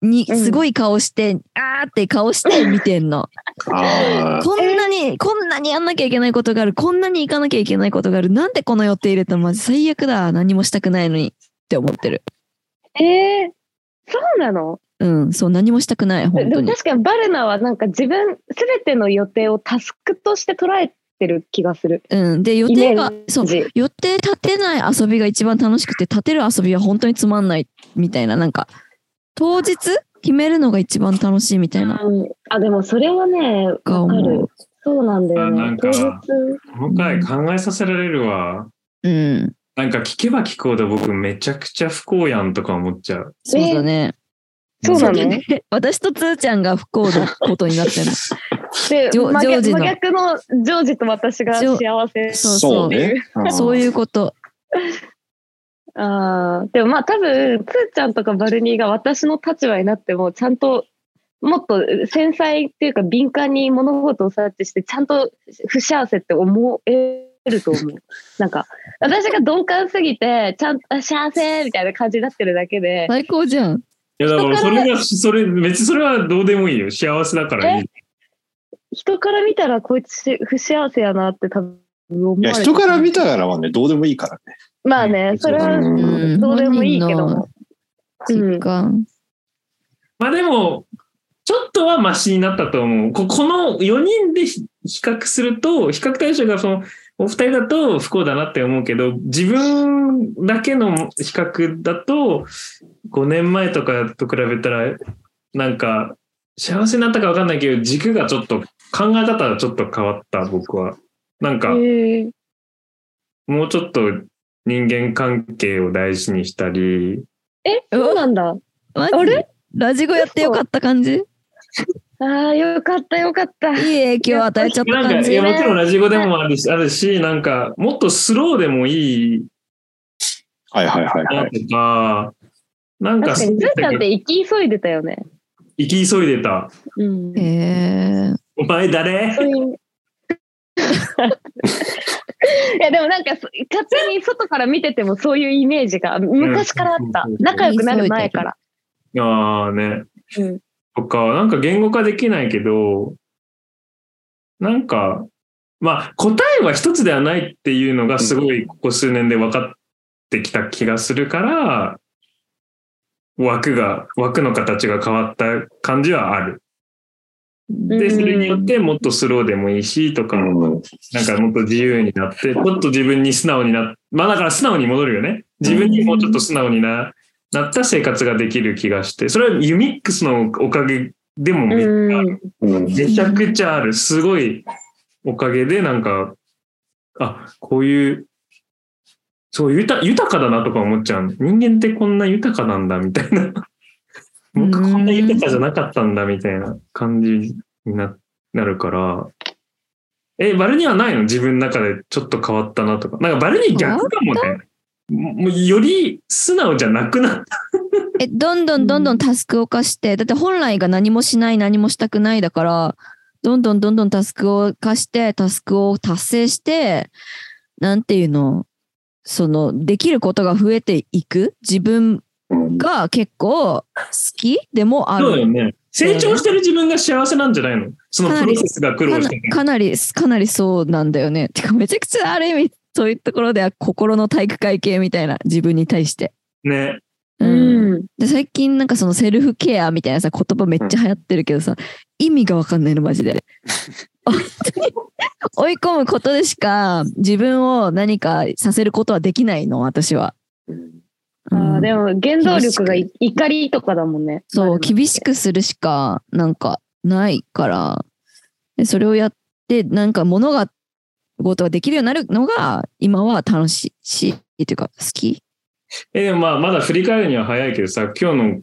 に、
うん
すごい顔して、あーって顔して見てん の。
あ
こんなに、こんなにやんなきゃいけないことがある。こんなに行かなきゃいけないことがある。なんでこの予定入れたのマジ最悪だ。何もしたくないのに。って思ってる。
ええそうなの
うん、そう、何もしたくない。
で
本
で
当
も
に。
確かにバルナはなんか自分すべての予定をタスクとして捉えてる気がする。
うん。で、予定
イ
が
メ、
そう、予定立てない遊びが一番楽しくて立てる遊びは本当につまんないみたいななんか当日決めるのが一番楽しいみたいな
うんあでもそれはねわ
が
か
思
る
う。
そうなんだよ
あな
ね
ん。か
当日
もう一回考えさせられるわ。
うん
なんか聞けば聞くほど僕めちゃくちゃ不幸やんとか思っちゃう。
そうだね、
そうなの
だね 私とつーちゃんが不幸なことにな ってる
で
ジョ
真
ジョー
逆
ジの
真逆のジョージと私が
ジョ
幸せ。
あ。
そう
そうね。
そういうこと
あーでもまあ多分つーちゃんとかバルニーが私の立場になってもちゃんともっと繊細っていうか敏感に物事を察知してちゃんと不幸せって思えると思 うなんか私が鈍感すぎてちゃんとあ幸せみたいな感じになってるだけで
最高じゃん。
いやだからそ
人から
れが、それ、別にそれはどうでもいいよ。幸せだからいい。
人から見たらこいつ不幸せやなって多分思わ
い
れ
や、
てる
人から見たらはね、どうでもいいからね。
まあね
うん
それは
うん
どうでもいいけども
本人の実感。
まあでも、ちょっとはマシになったと思う。ここの4人でひ比較すると、比較対象がその、お二人だと不幸だなって思うけど、自分だけの比較だと、5年前とかと比べたら、なんか、幸せになったか分かんないけど、軸がちょっと、考え方がちょっと変わった、僕は。なんか、
へえ
もうちょっと人間関係を大事にしたり、
えそうなんだ
マ
あ
ジラジゴやってよかった感じいい
あーよかったよかった
影響を与えちゃった
なんか、
感
い
じ
や、。もちろんラジオでもあるし、あるし、なんか、もっとスローでもいい
はいはいはいは。
ないとか、なんか、
確かにズーちゃんって生き急いでたよね
生き急いでた。
うん
へえ。
お前誰
そう いういやでもなんかそ勝手に外から見ててもそういうイメージが昔からあった
うん
仲良くなる前から、
ああね。
うん、
とか、なんか言語化できないけど、なんか、まあ、答えは一つではないっていうのがすごいここ数年で分かってきた気がするから、枠が、枠の形が変わった感じはある。
う
で、
ん
それによってもっとスローでもいいしとか、
うん
なんかもっと自由になって、ちょっと自分に素直になっ、まあだから素直に戻るよね。自分にもうちょっと素直にななった生活ができる気がして、それはユミックスのおかげでもめっちゃある、
うん
めちゃくちゃある。すごいおかげでなんか、あ、こういう、そう豊、豊かだなとか思っちゃうの。人間ってこんな豊かなんだみたいな。僕こんな豊かじゃなかったんだみたいな感じにななるから。え、バルニーはないの自分の中でちょっと変わったなとか。なんかバルニー逆かもね。ももうより素直じゃなくなった。
えどんどんどんどんタスクを課してだって本来が何もしない何もしたくないだからどんどんどんどんタスクを課してタスクを達成してなんていうのそのできることが増えていく自分
うん
が結構好きでもあ
そうだよ
る
ね。成長してる自分が幸せなんじゃないのそのプロセスが苦労
か
し
な
てる。
かなりかなりそうなんだよねてかめちゃくちゃある意味そういうところでは心の体育会系みたいな自分に対して。
ね。
うん
で最近なんかそのセルフケアみたいなさ言葉めっちゃ流行ってるけどさ、意味がわかんないのマジ で。本当に追い込むことでしか自分を何かさせることはできないの私は。
あ
う
ー
ん
でも原動力がい怒りとかだもんね
そう厳しくするしかなんかないからでそれをやってなんか物が事ができるようになるのが今は楽しいしっていうか好き。
え、でもまあ、まだ振り返るには早いけどさ、今日の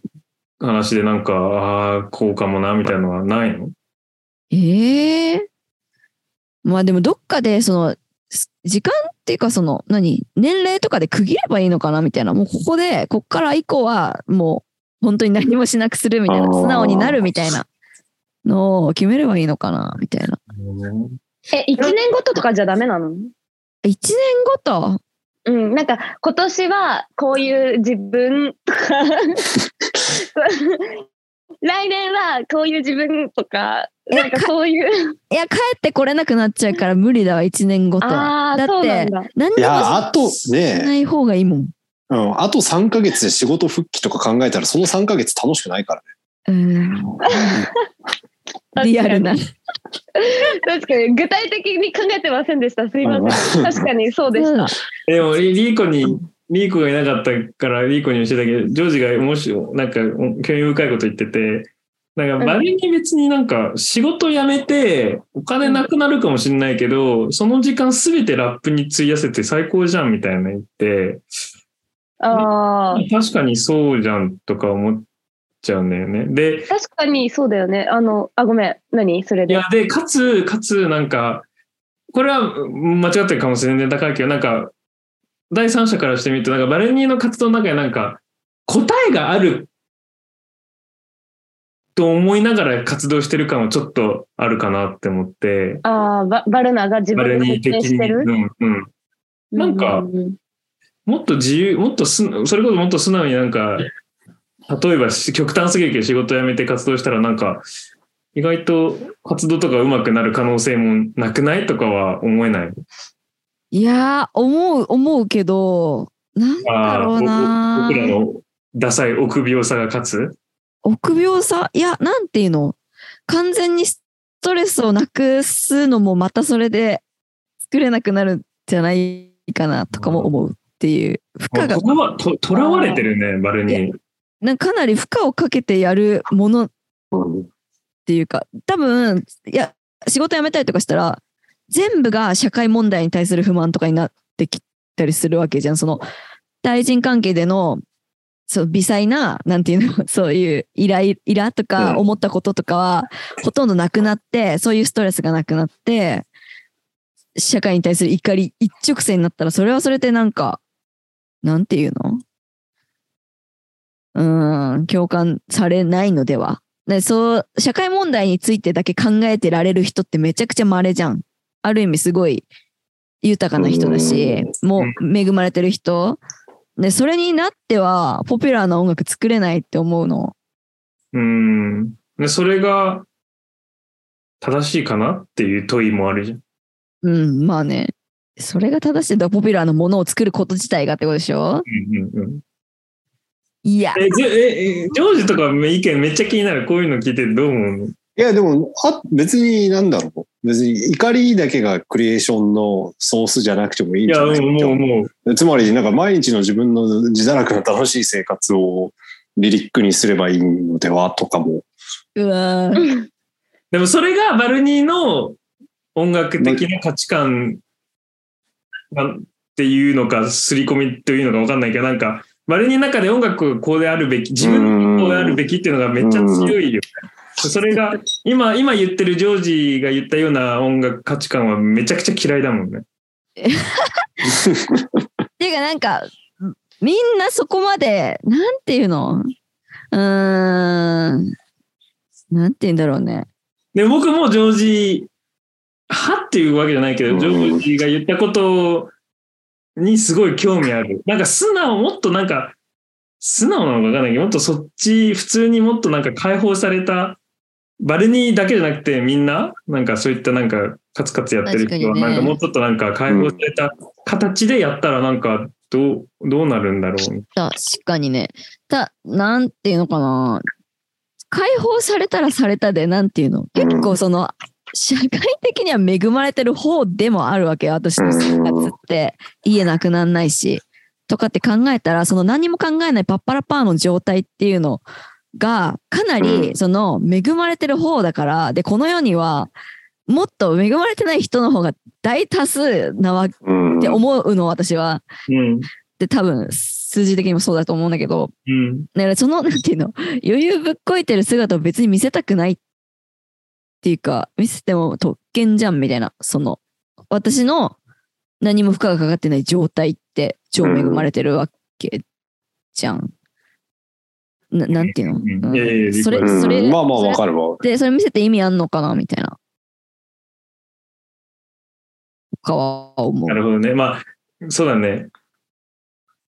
話でなんか、ああ、こうかもな、みたいなのはないの
ええまあでもどっかでそのす時間っていうかその何年齢とかで区切ればいいのかなみたいなもうここでこっから以降はもう本当に何もしなくするみたい
あ
な
ー
素直になるみたいなのを決めればいいのかなみたいな
え1年ごととかじゃダメなの
1年ごと
うんなんか今年はこういう自分 とか来年はこういう自分とかなんかそういう
いや帰ってこれなくなっちゃうから無理だわ1年ごと
あ
は
あ
だっ
そうなん
て
だ
何に
い
も
や、あと
し
ね、
ない方がいいもん
うん、あと3ヶ月で仕事復帰とか考えたら、その3ヶ月楽しくないからね。
うん リアルな
確かに具体的に考えてませんでしたすいません確かにそ うでした
でもリリーコに、リーコがいなかったからリーコに教えたけど、ジョージがもし、なんか興味深いこと言ってて、なんかバリに別になんか仕事辞めてお金なくなるかもしれないけど、その時間すべてラップに費やせて最高じゃんみたいな言って、
ああ
確かにそうじゃんとか思っちゃうんだよね。で、
確かにそうだよねあのあごめん何それ
い
で
や、で、かつ、かつ、なんか、これはうん間違ってるかもしれない高いけど、なんか、第三者からしてみると、なんか、バレニーの活動の中で、なんか、答えがあると思いながら活動してる感はちょっとあるかなって思って、
ああ、ババルナが自
バ
分
ル
で
ニー
発
的
見し
に、
てる
うんうん、なんか
ううん
もっと自由、もっとす、それこそもっと素直になんか、例えばし極端すぎるけど仕事辞めて活動したらなんか、意外と活動とか上手くなる可能性もなくないとかは思えない。
いやー、思う、思うけど、なんだろう
あ
な
ー僕僕ら
ー。
のダサい臆病さが勝つ。
臆病さ、いや、なんていうの完全にストレスをなくすのもまたそれで作れなくなるんじゃないかなとかも思うっていう。負荷が
と、らわととらわれてるね、バルニー。
なんかかなり負荷をかけてやるものっていうか多分いや仕事辞めたりとかしたら全部が社会問題に対する不満とかになってきたりするわけじゃんその対人関係でのそう微細ななんていうのそういうイライイラと
うん
か思ったこととかはほとんどなくなってそういうストレスがなくなって社会に対する怒り一直線になったらそれはそれでなんかなんていうのうーん共感されないのではでそう社会問題についてだけ考えてられる人ってめちゃくちゃ稀じゃん。ある意味すごい豊かな人だしもう恵まれてる人でそれになってはポピュラーな音楽作れないって思うの。
うん。でそれが正しいかなっていう問いもあるじゃん。
うんまあねそれが正しいんだポピュラーなものを作ること自体がってことでしょ
うんうんうん
いや
え、じゅえ、えジョージとかの意見めっちゃ気になる。こういうの聞いてどう思う
いや、でも、あ、別になんだろう。別に怒りだけがクリエーションのソースじゃなくてもいい
い
んじ
や、
ゃな
も、
いう
もう、もう。
つまり、なんか毎日の自分の自堕落な楽しい生活をリリックにすればいいのではとかも。
うわー
でもそれがバルニーの音楽的な価値観なんっていうのか、刷り込みというのかわかんないけど、なんか、バルニーの中で音楽こうであるべき、自分がこうであるべきっていうのがめっちゃ強いよ。それが、今、今言ってるジョージが言ったような音楽価値観はめちゃくちゃ嫌いだもんね。
ていうかなんかみんなそこまでなんていうのうーんなんて言うんだろうね。
で僕もジョージ派っていうわけじゃないけ
う
ど、
ん
ジョージが言ったことにすごい興味ある。なんか素直、もっとなんか、素直なのかわかんないけど、もっとそっち、普通にもっとなんか解放された、バルニーだけじゃなくてみんな、なんかそういったなんかカツカツやってる人は、
確かにね
なんかもうちょっとなんか解放された形でやったらなんかどう、どうなるんだろう。
確かにね。た、なんていうのかな。解放されたらされたで、なんていうの。
うん
結構その、社会的には恵まれてる方でもあるわけよ。私の生活って。家なくなんないし。とかって考えたら、その何も考えないパッパラパーの状態っていうのが、かな
う
り、その、恵まれてる方だから、で、この世には、もっと恵まれてない人の方が大多数なわっ
うん。
て思うの、私は。
うん。
って多分数字的にもそうだと思うんだけど、
うん。
だからその、 なんていうの、余裕ぶっこいてる姿を別に見せたくないっていうか、見せても特権じゃんみたいな、その、私の何も負荷がかかってない状態って超恵まれてるわけじゃん。ななんていうの、
うん
うん
いやいや理解
それ、
うん
それ、
まあまあ
それ
わかるわ。
で、それ見せて意味あんのかなみたいな。とかは思う
な。るほどね。まあ、そうだね。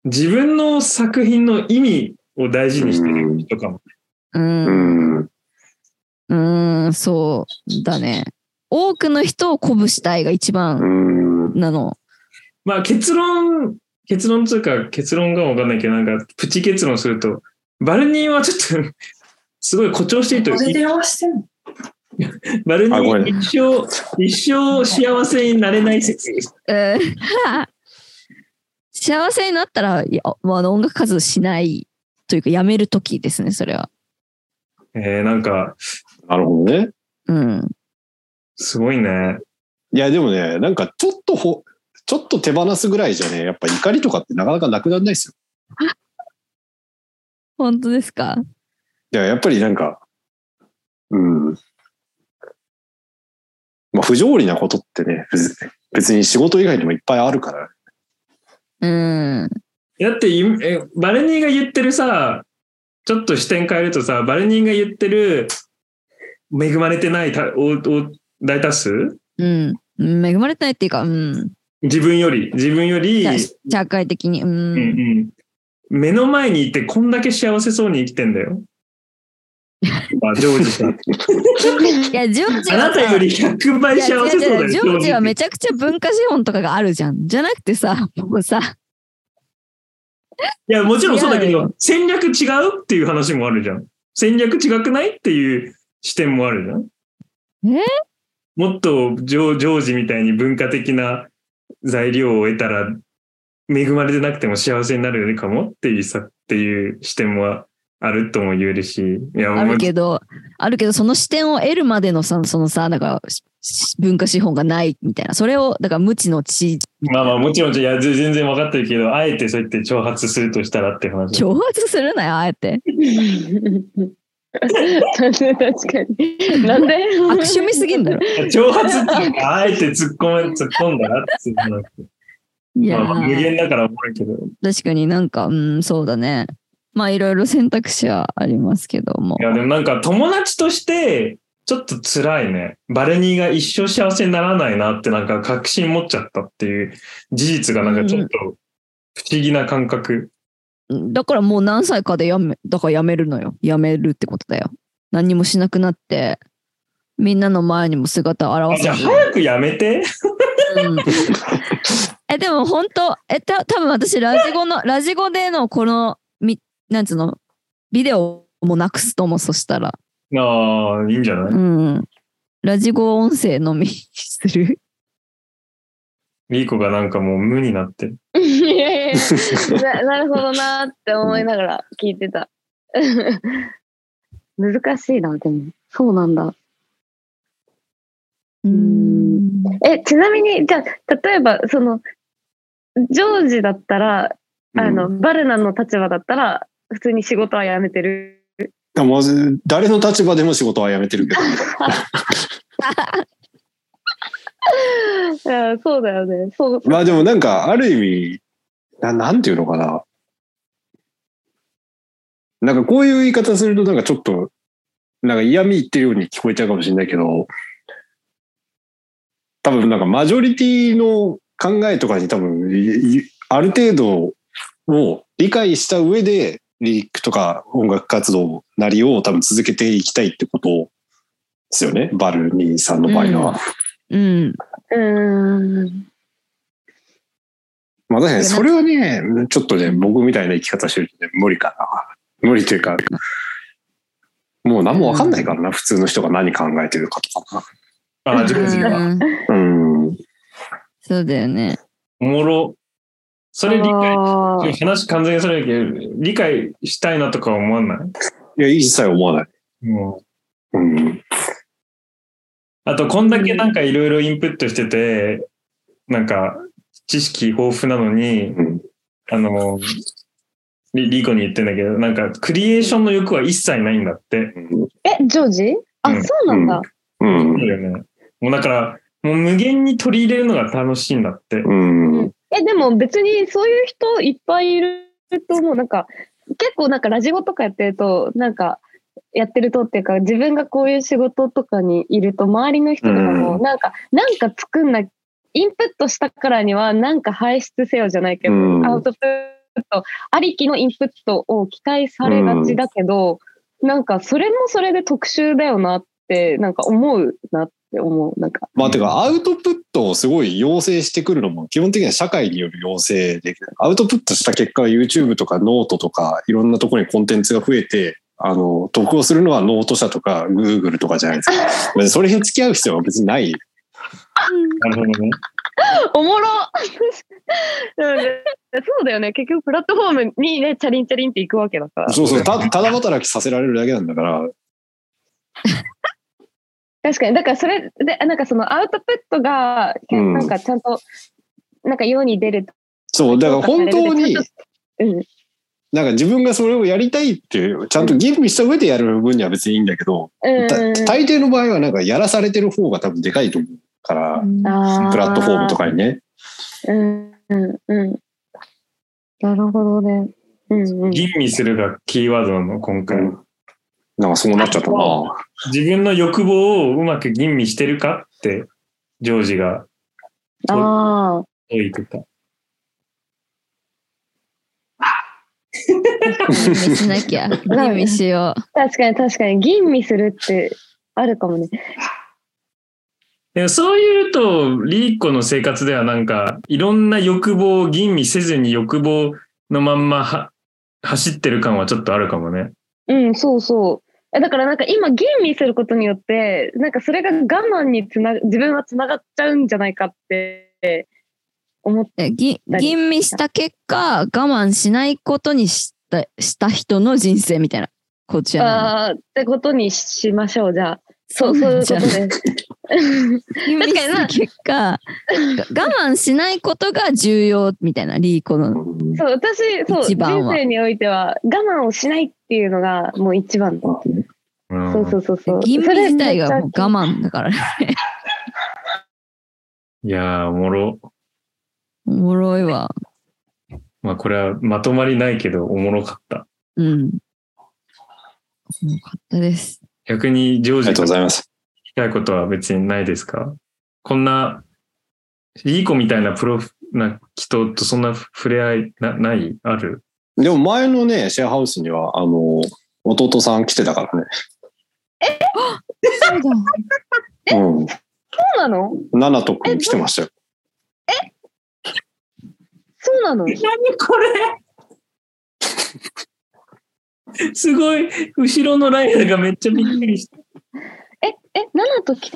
自分の作品の意味を大事にしてる人かも。
うん
うん。
うーん、そうだね。多くの人を鼓舞したいが一
う
番
ん。
なの。
まあ、結論、結論というか、結論がわかんないけど、なんか、プチ結論すると、バルニーはちょっと、すごい誇張してるというか、バルニ
あごめ
ー一生、一生幸せになれない説。
うん 幸せになったら、いやまあ、あの音楽活動しないというか、やめるときですね、それは。
えー、なんか、
なるほどね。
うん。
すごいね。
いや、でもね、なんかちょっとほ、ちょっと手放すぐらいじゃね、やっぱ怒りとかってなかなかなくならないですよ。
本当ですか
いや、やっぱりなんか、うん。まあ、不条理なことってね、別別に仕事以外にもいっぱいあるから。
うん。
だって、ゆえバルニーが言ってるさ、ちょっと視点変えるとさ、バルニンが言ってる、恵まれてないたおお大多数
うん。うん恵まれてないっていうか、うん。
自分より、自分より、
社会的に。う
うん
ん。
うん、目の前にいてこんだけ幸せそうに生きてんだよ。 まあ、ジョージさん。
いや、ジョージ
あ
はさ
なたより100倍
いや
幸せそう
違う
だ
違
よ。
うジョージはめ
ち
ちゃくちゃ文化資本とかがあるじゃん。じゃなくてさ、もうさ、
いや、もちろんそうだけ
違う
ど、戦略違うっていう話もあるじゃん。戦略違くないっていう視点もあるじゃん。
え
もっとジョジョージみたいに文化的な材料を得たら、恵まれてなくても幸せになるかもっていうさ、っていう視点はあるとも言えるし。いや、
あるけど、あるけど、その視点を得るまでのさ、そのさ、なんか、しし文化資本がないみたいな。それを、だから無知の知、
まあまあもちろん、いや、ぜ全然分かってるけど、あえてそうやって挑発するとしたらって話。
挑発するなよ、あえ て。
確かに。なんで
悪趣味すぎんだろ。
挑発っていうか、あえて突っ込め、突っ込んだらっていう話。
いや
まあ、無
ー、
限だから思うけど。い
確かになんか、うん、そうだね。まあ、いろいろ選択肢はありますけども。
や、でもなんか友達として、ちょっと辛いね。バレニーが一生幸せにならないなってなんか確信持っちゃったっていう事実がなんかちょっと不思議な感覚。
だからもう何歳かでやめ、だからやめるのよ。やめるってことだよ。何にもしなくなって、みんなの前にも姿を
あ
現
じ
せ
ゃあ
ず
早くやめて。
うん えでも本当えた多分私ラジゴのラジゴでのこのみなんつうのビデオもなくすと思うそしたら
ああ、いいんじゃな
う
い
んラジゴ音声のみ する
リーコがなんかもう無になってる。
いやいやな なるほどなって思いながら聞いてた。 難しいな、でも。そうなんだ。
うーん
え、ちなみに、じゃあ、例えば、その、ジョージだったら、あの、バルナの立場だったら、普通に仕事は辞めてる。
やもう誰の立場でも仕事は辞めてるけど。
いやそうだよね。そう。
まあでもなんか、ある意味、ななんていうのかな。なんかこういう言い方するとなんかちょっと、なんか嫌味言ってるように聞こえちゃうかもしれないけど、多分なんかマジョリティの考えとかに多分、いいある程度を理解した上で、リリックとか音楽活動なりを多分続けていきたいってことですよね。バルニーさんの場合は。
うん
うーん。
まあ確かにそれはね、ちょっとね、僕みたいな生き方してるとね、無理かな。無理というか、もう何もわかんないからな、普通の人が何考えてるかとか
ああ、ジ
う
ョージが。
ん
な。うん。
そうだよね
おもろ。そ
そ
れ理解、話完全にそれだけど、理解したいなとか思わない
いや、一切思わない。
もう
うん。
あと、こんだけなんかいろいろインプットしてて、なんか、知識豊富なのに、
うん、
あの、リリーコに言ってんだけど、なんか、クリエーションの欲は一切ないんだって。
え、ジョージあ、
うん
そうなんだ。
うん。
だよね。もうだから、もう無限に取り入れるのが楽しいんだって。
うん。
え、でも別にそういう人いっぱいいると思う。なんか、結構なんかラジオとかやってると、なんか、やってるとっていうか、自分がこういう仕事とかにいると、周りの人とかも、
う
なんか、なんか作んな、インプットしたからには、なんか排出せよじゃないけど、
うん
アウトプット、ありきのインプットを期待されがちだけど、なんか、それもそれで特殊だよなって、なんか思うなって思う。なんか、
まあ、てか、アウトプットをすごい要請してくるのも、基本的には社会による要請で、アウトプットした結果、YouTube とかノートとか、いろんなところにコンテンツが増えて、あの、得をするのはノート社とか、Google とかじゃない ですか。別にそれに付き合う必要は別にない
なるほどね。
おもろうんそうだよね。結局、プラットフォームにね、チャリンチャリンって行くわけだから。
そうそう、たただ働きさせられるだけなんだから、
確かに。だから、それで、なんかそのアウトプットが、
うん
なんかちゃんと、なんか世に出る。
そう、だから本当に
ちゃん、とうん。
なんか自分がそれをやりたいっていう、ちゃんと吟味した上でやる分には別にいいんだけど、
うん
た大抵の場合はなんかやらされてる方が多分でかいと思うから、プ
プ
ラットフォームとかにね。
うんうんうん。なるほどね。ううんうん。
吟味するがキーワードなの、今回は。
なんかそうなっちゃったな。
自分の欲望をうまく吟味してるかって、ジョージが
ああ。
言ってた。
吟味しなきゃ。
ん
吟味しよ
確かに確かに。吟味するってあるかもね。
でもそういうと、リーコの生活ではなんか、いろんな欲望を吟味せずに欲望のまんまは走ってる感はちょっとあるかもね。
うん、そうそう。えだからなんか今吟味することによって、なんかそれが我慢につな、自分はつながっちゃうんじゃないかって思っ
う。えぎ
何
吟味した結果、我慢しないことにしたした人の人生みたいな。こっちや
たってことにしましょう、じゃあ。そう、そういうことです。
な。吟味し
確かに
た
な
結 果、が我慢しないことが重要みたいな、リーコの。
そう、私、そう、
一
人
番は
生においては我慢をしないっていうのがもう一番。
うん
そうそうそうそう。
吟味自体がもう我
それめっち
慢だからね。
いやー、おもろ。
おもろいわ。
まあこれはまとまりないけど、おもろかった。
うん。よかったです。
逆にジョー
あり
ジ
がとう
が
ございます。
聞きたいことは別にないですかこんな、リーコみたいなプロフな人とそんな触れ合いなないある
でも前のね、シェアハウスには、あの、弟さん来てたからね。
そうだ。
うん。
ゃそうなの
ナナト君来てましたよ。
そうなの
何これすごい、後ろのラインがめっちゃびっくりした。
え、え、ナナと来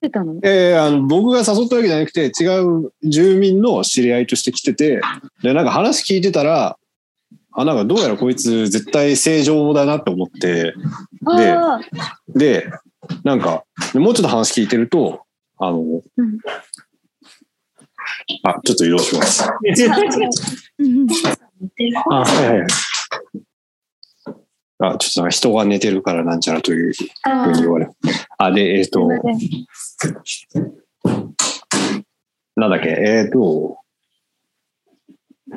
てたの
ええあの僕が誘ったわけじゃなくて、違う住民の知り合いとして来てて、で、なんか話聞いてたら、あ、なんかどうやらこいつ絶対正常だなって思って、
ああ、
で、なんか、もうちょっと話聞いてると、あの、
うん
あ、ちょっと移動します。あ、はいはいはい。あ、ちょっとなんか人が寝てるからなんちゃらというふう
あ
に言われる。あ、で、えっ、と、なんだっけ、えっ、と、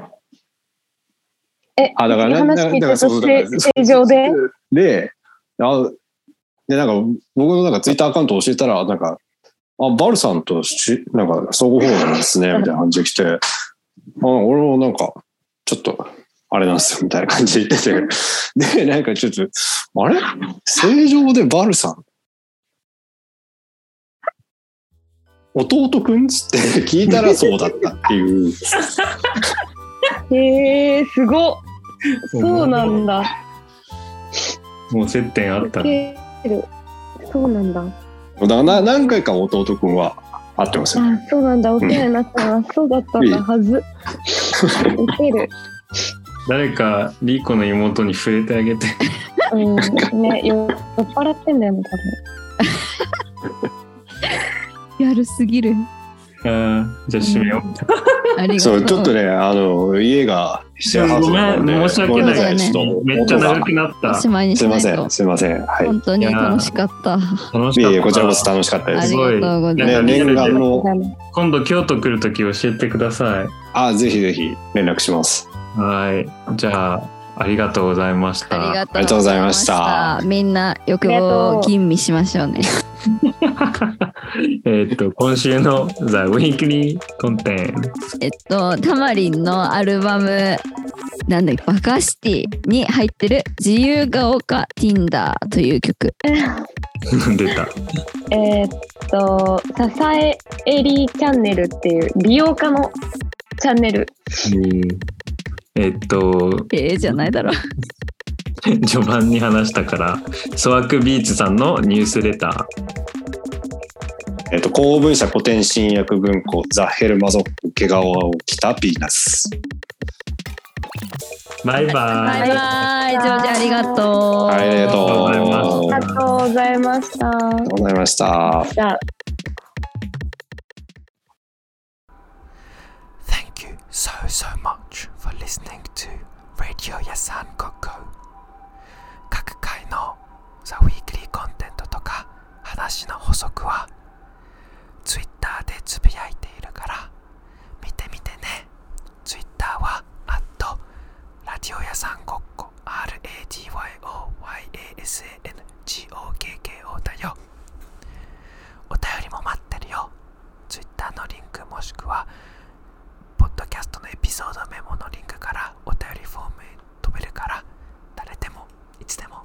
え、
あ、だから、な
話
な
聞
だ
いて
から
と
そうだから
正正常で
で、あで、なんか、僕のなんかツイッターアカウント教えたら、なんか、あ、バルさんとし、なんか、相互フォローなんですね、みたいな感じで来て、あ、俺もなんか、ちょっと、あれなんですよ、みたいな感じで言って て、で、なんかちょっと、あれ正常でバルさん弟くんっつって聞いたらそうだったっていう。
へえすごっそうなんだ。
もう接点あった
ウ
ね。
ケるそうなんだ。あ
だからな何回か弟くんは会ってますよ。
そうなんだ。お世話になったな。そうだったんだはず。ウケる。
誰か、リーコの妹に触れてあげて。
うん。ね、酔っ払ってんだよね、
やるすぎる。
あーじゃあ閉めよう。
ありがと。
そうう、ちょっとね、あの、家がシェアハウスなんで、
ごめん申し訳ない
ごめんなさいちょっと
めっちゃ長くなっ
お
た。
しまいに
す
し
い
な
ま
い
せん、
と。
すいません。はい。
本当に楽しかった。
楽し
い
かった。
えいえ、こちらこそ楽しかったで
あ
す
り。
ごい
がとうござい
ね、
ます。
念願の、
多分。
今度京都来るとき教えてください。
あ、ぜひぜひ連絡します。
はい。じゃあ、ありがとうございました。
あり
あり
が
が
と
と
うご
うご
ざ
ざ
い
い
ま
ま
し
した
た。みんな欲望を吟味しましょうね。
えーっと、今週の The Weekly Content。
えっと、タマリンのアルバム、なんだっけ、バカシティに入ってる自由が丘 Tinder という曲。
出た。
えーっと、支えエリーチャンネルっていう美容家のチャンネル。
えーっと、
ええじゃないだろう。
序盤に話したから、ソワクビーツさんのニュースレタ
えっと、公文社古典新薬文庫、ザ・ヘルマゾック、毛皮を着たピーナス。
ー。バイバイ。
バイバイ、ジョージありがとう。
ありがとう
ありがとうございます
ありがとうございまし
あ
た。
りがとうございました。
じゃあ
Thank you so, so much for listening to Radio Yasan Koko. 各回の The Weekly コンテンツとか話の補足は Twitter でつぶやいているから見てみてね。Twitter は at Radio 屋さん Koko クもしくはポッドキャストのエピソードメモのリンクからお便りフォームへ飛べるから誰でもいつでも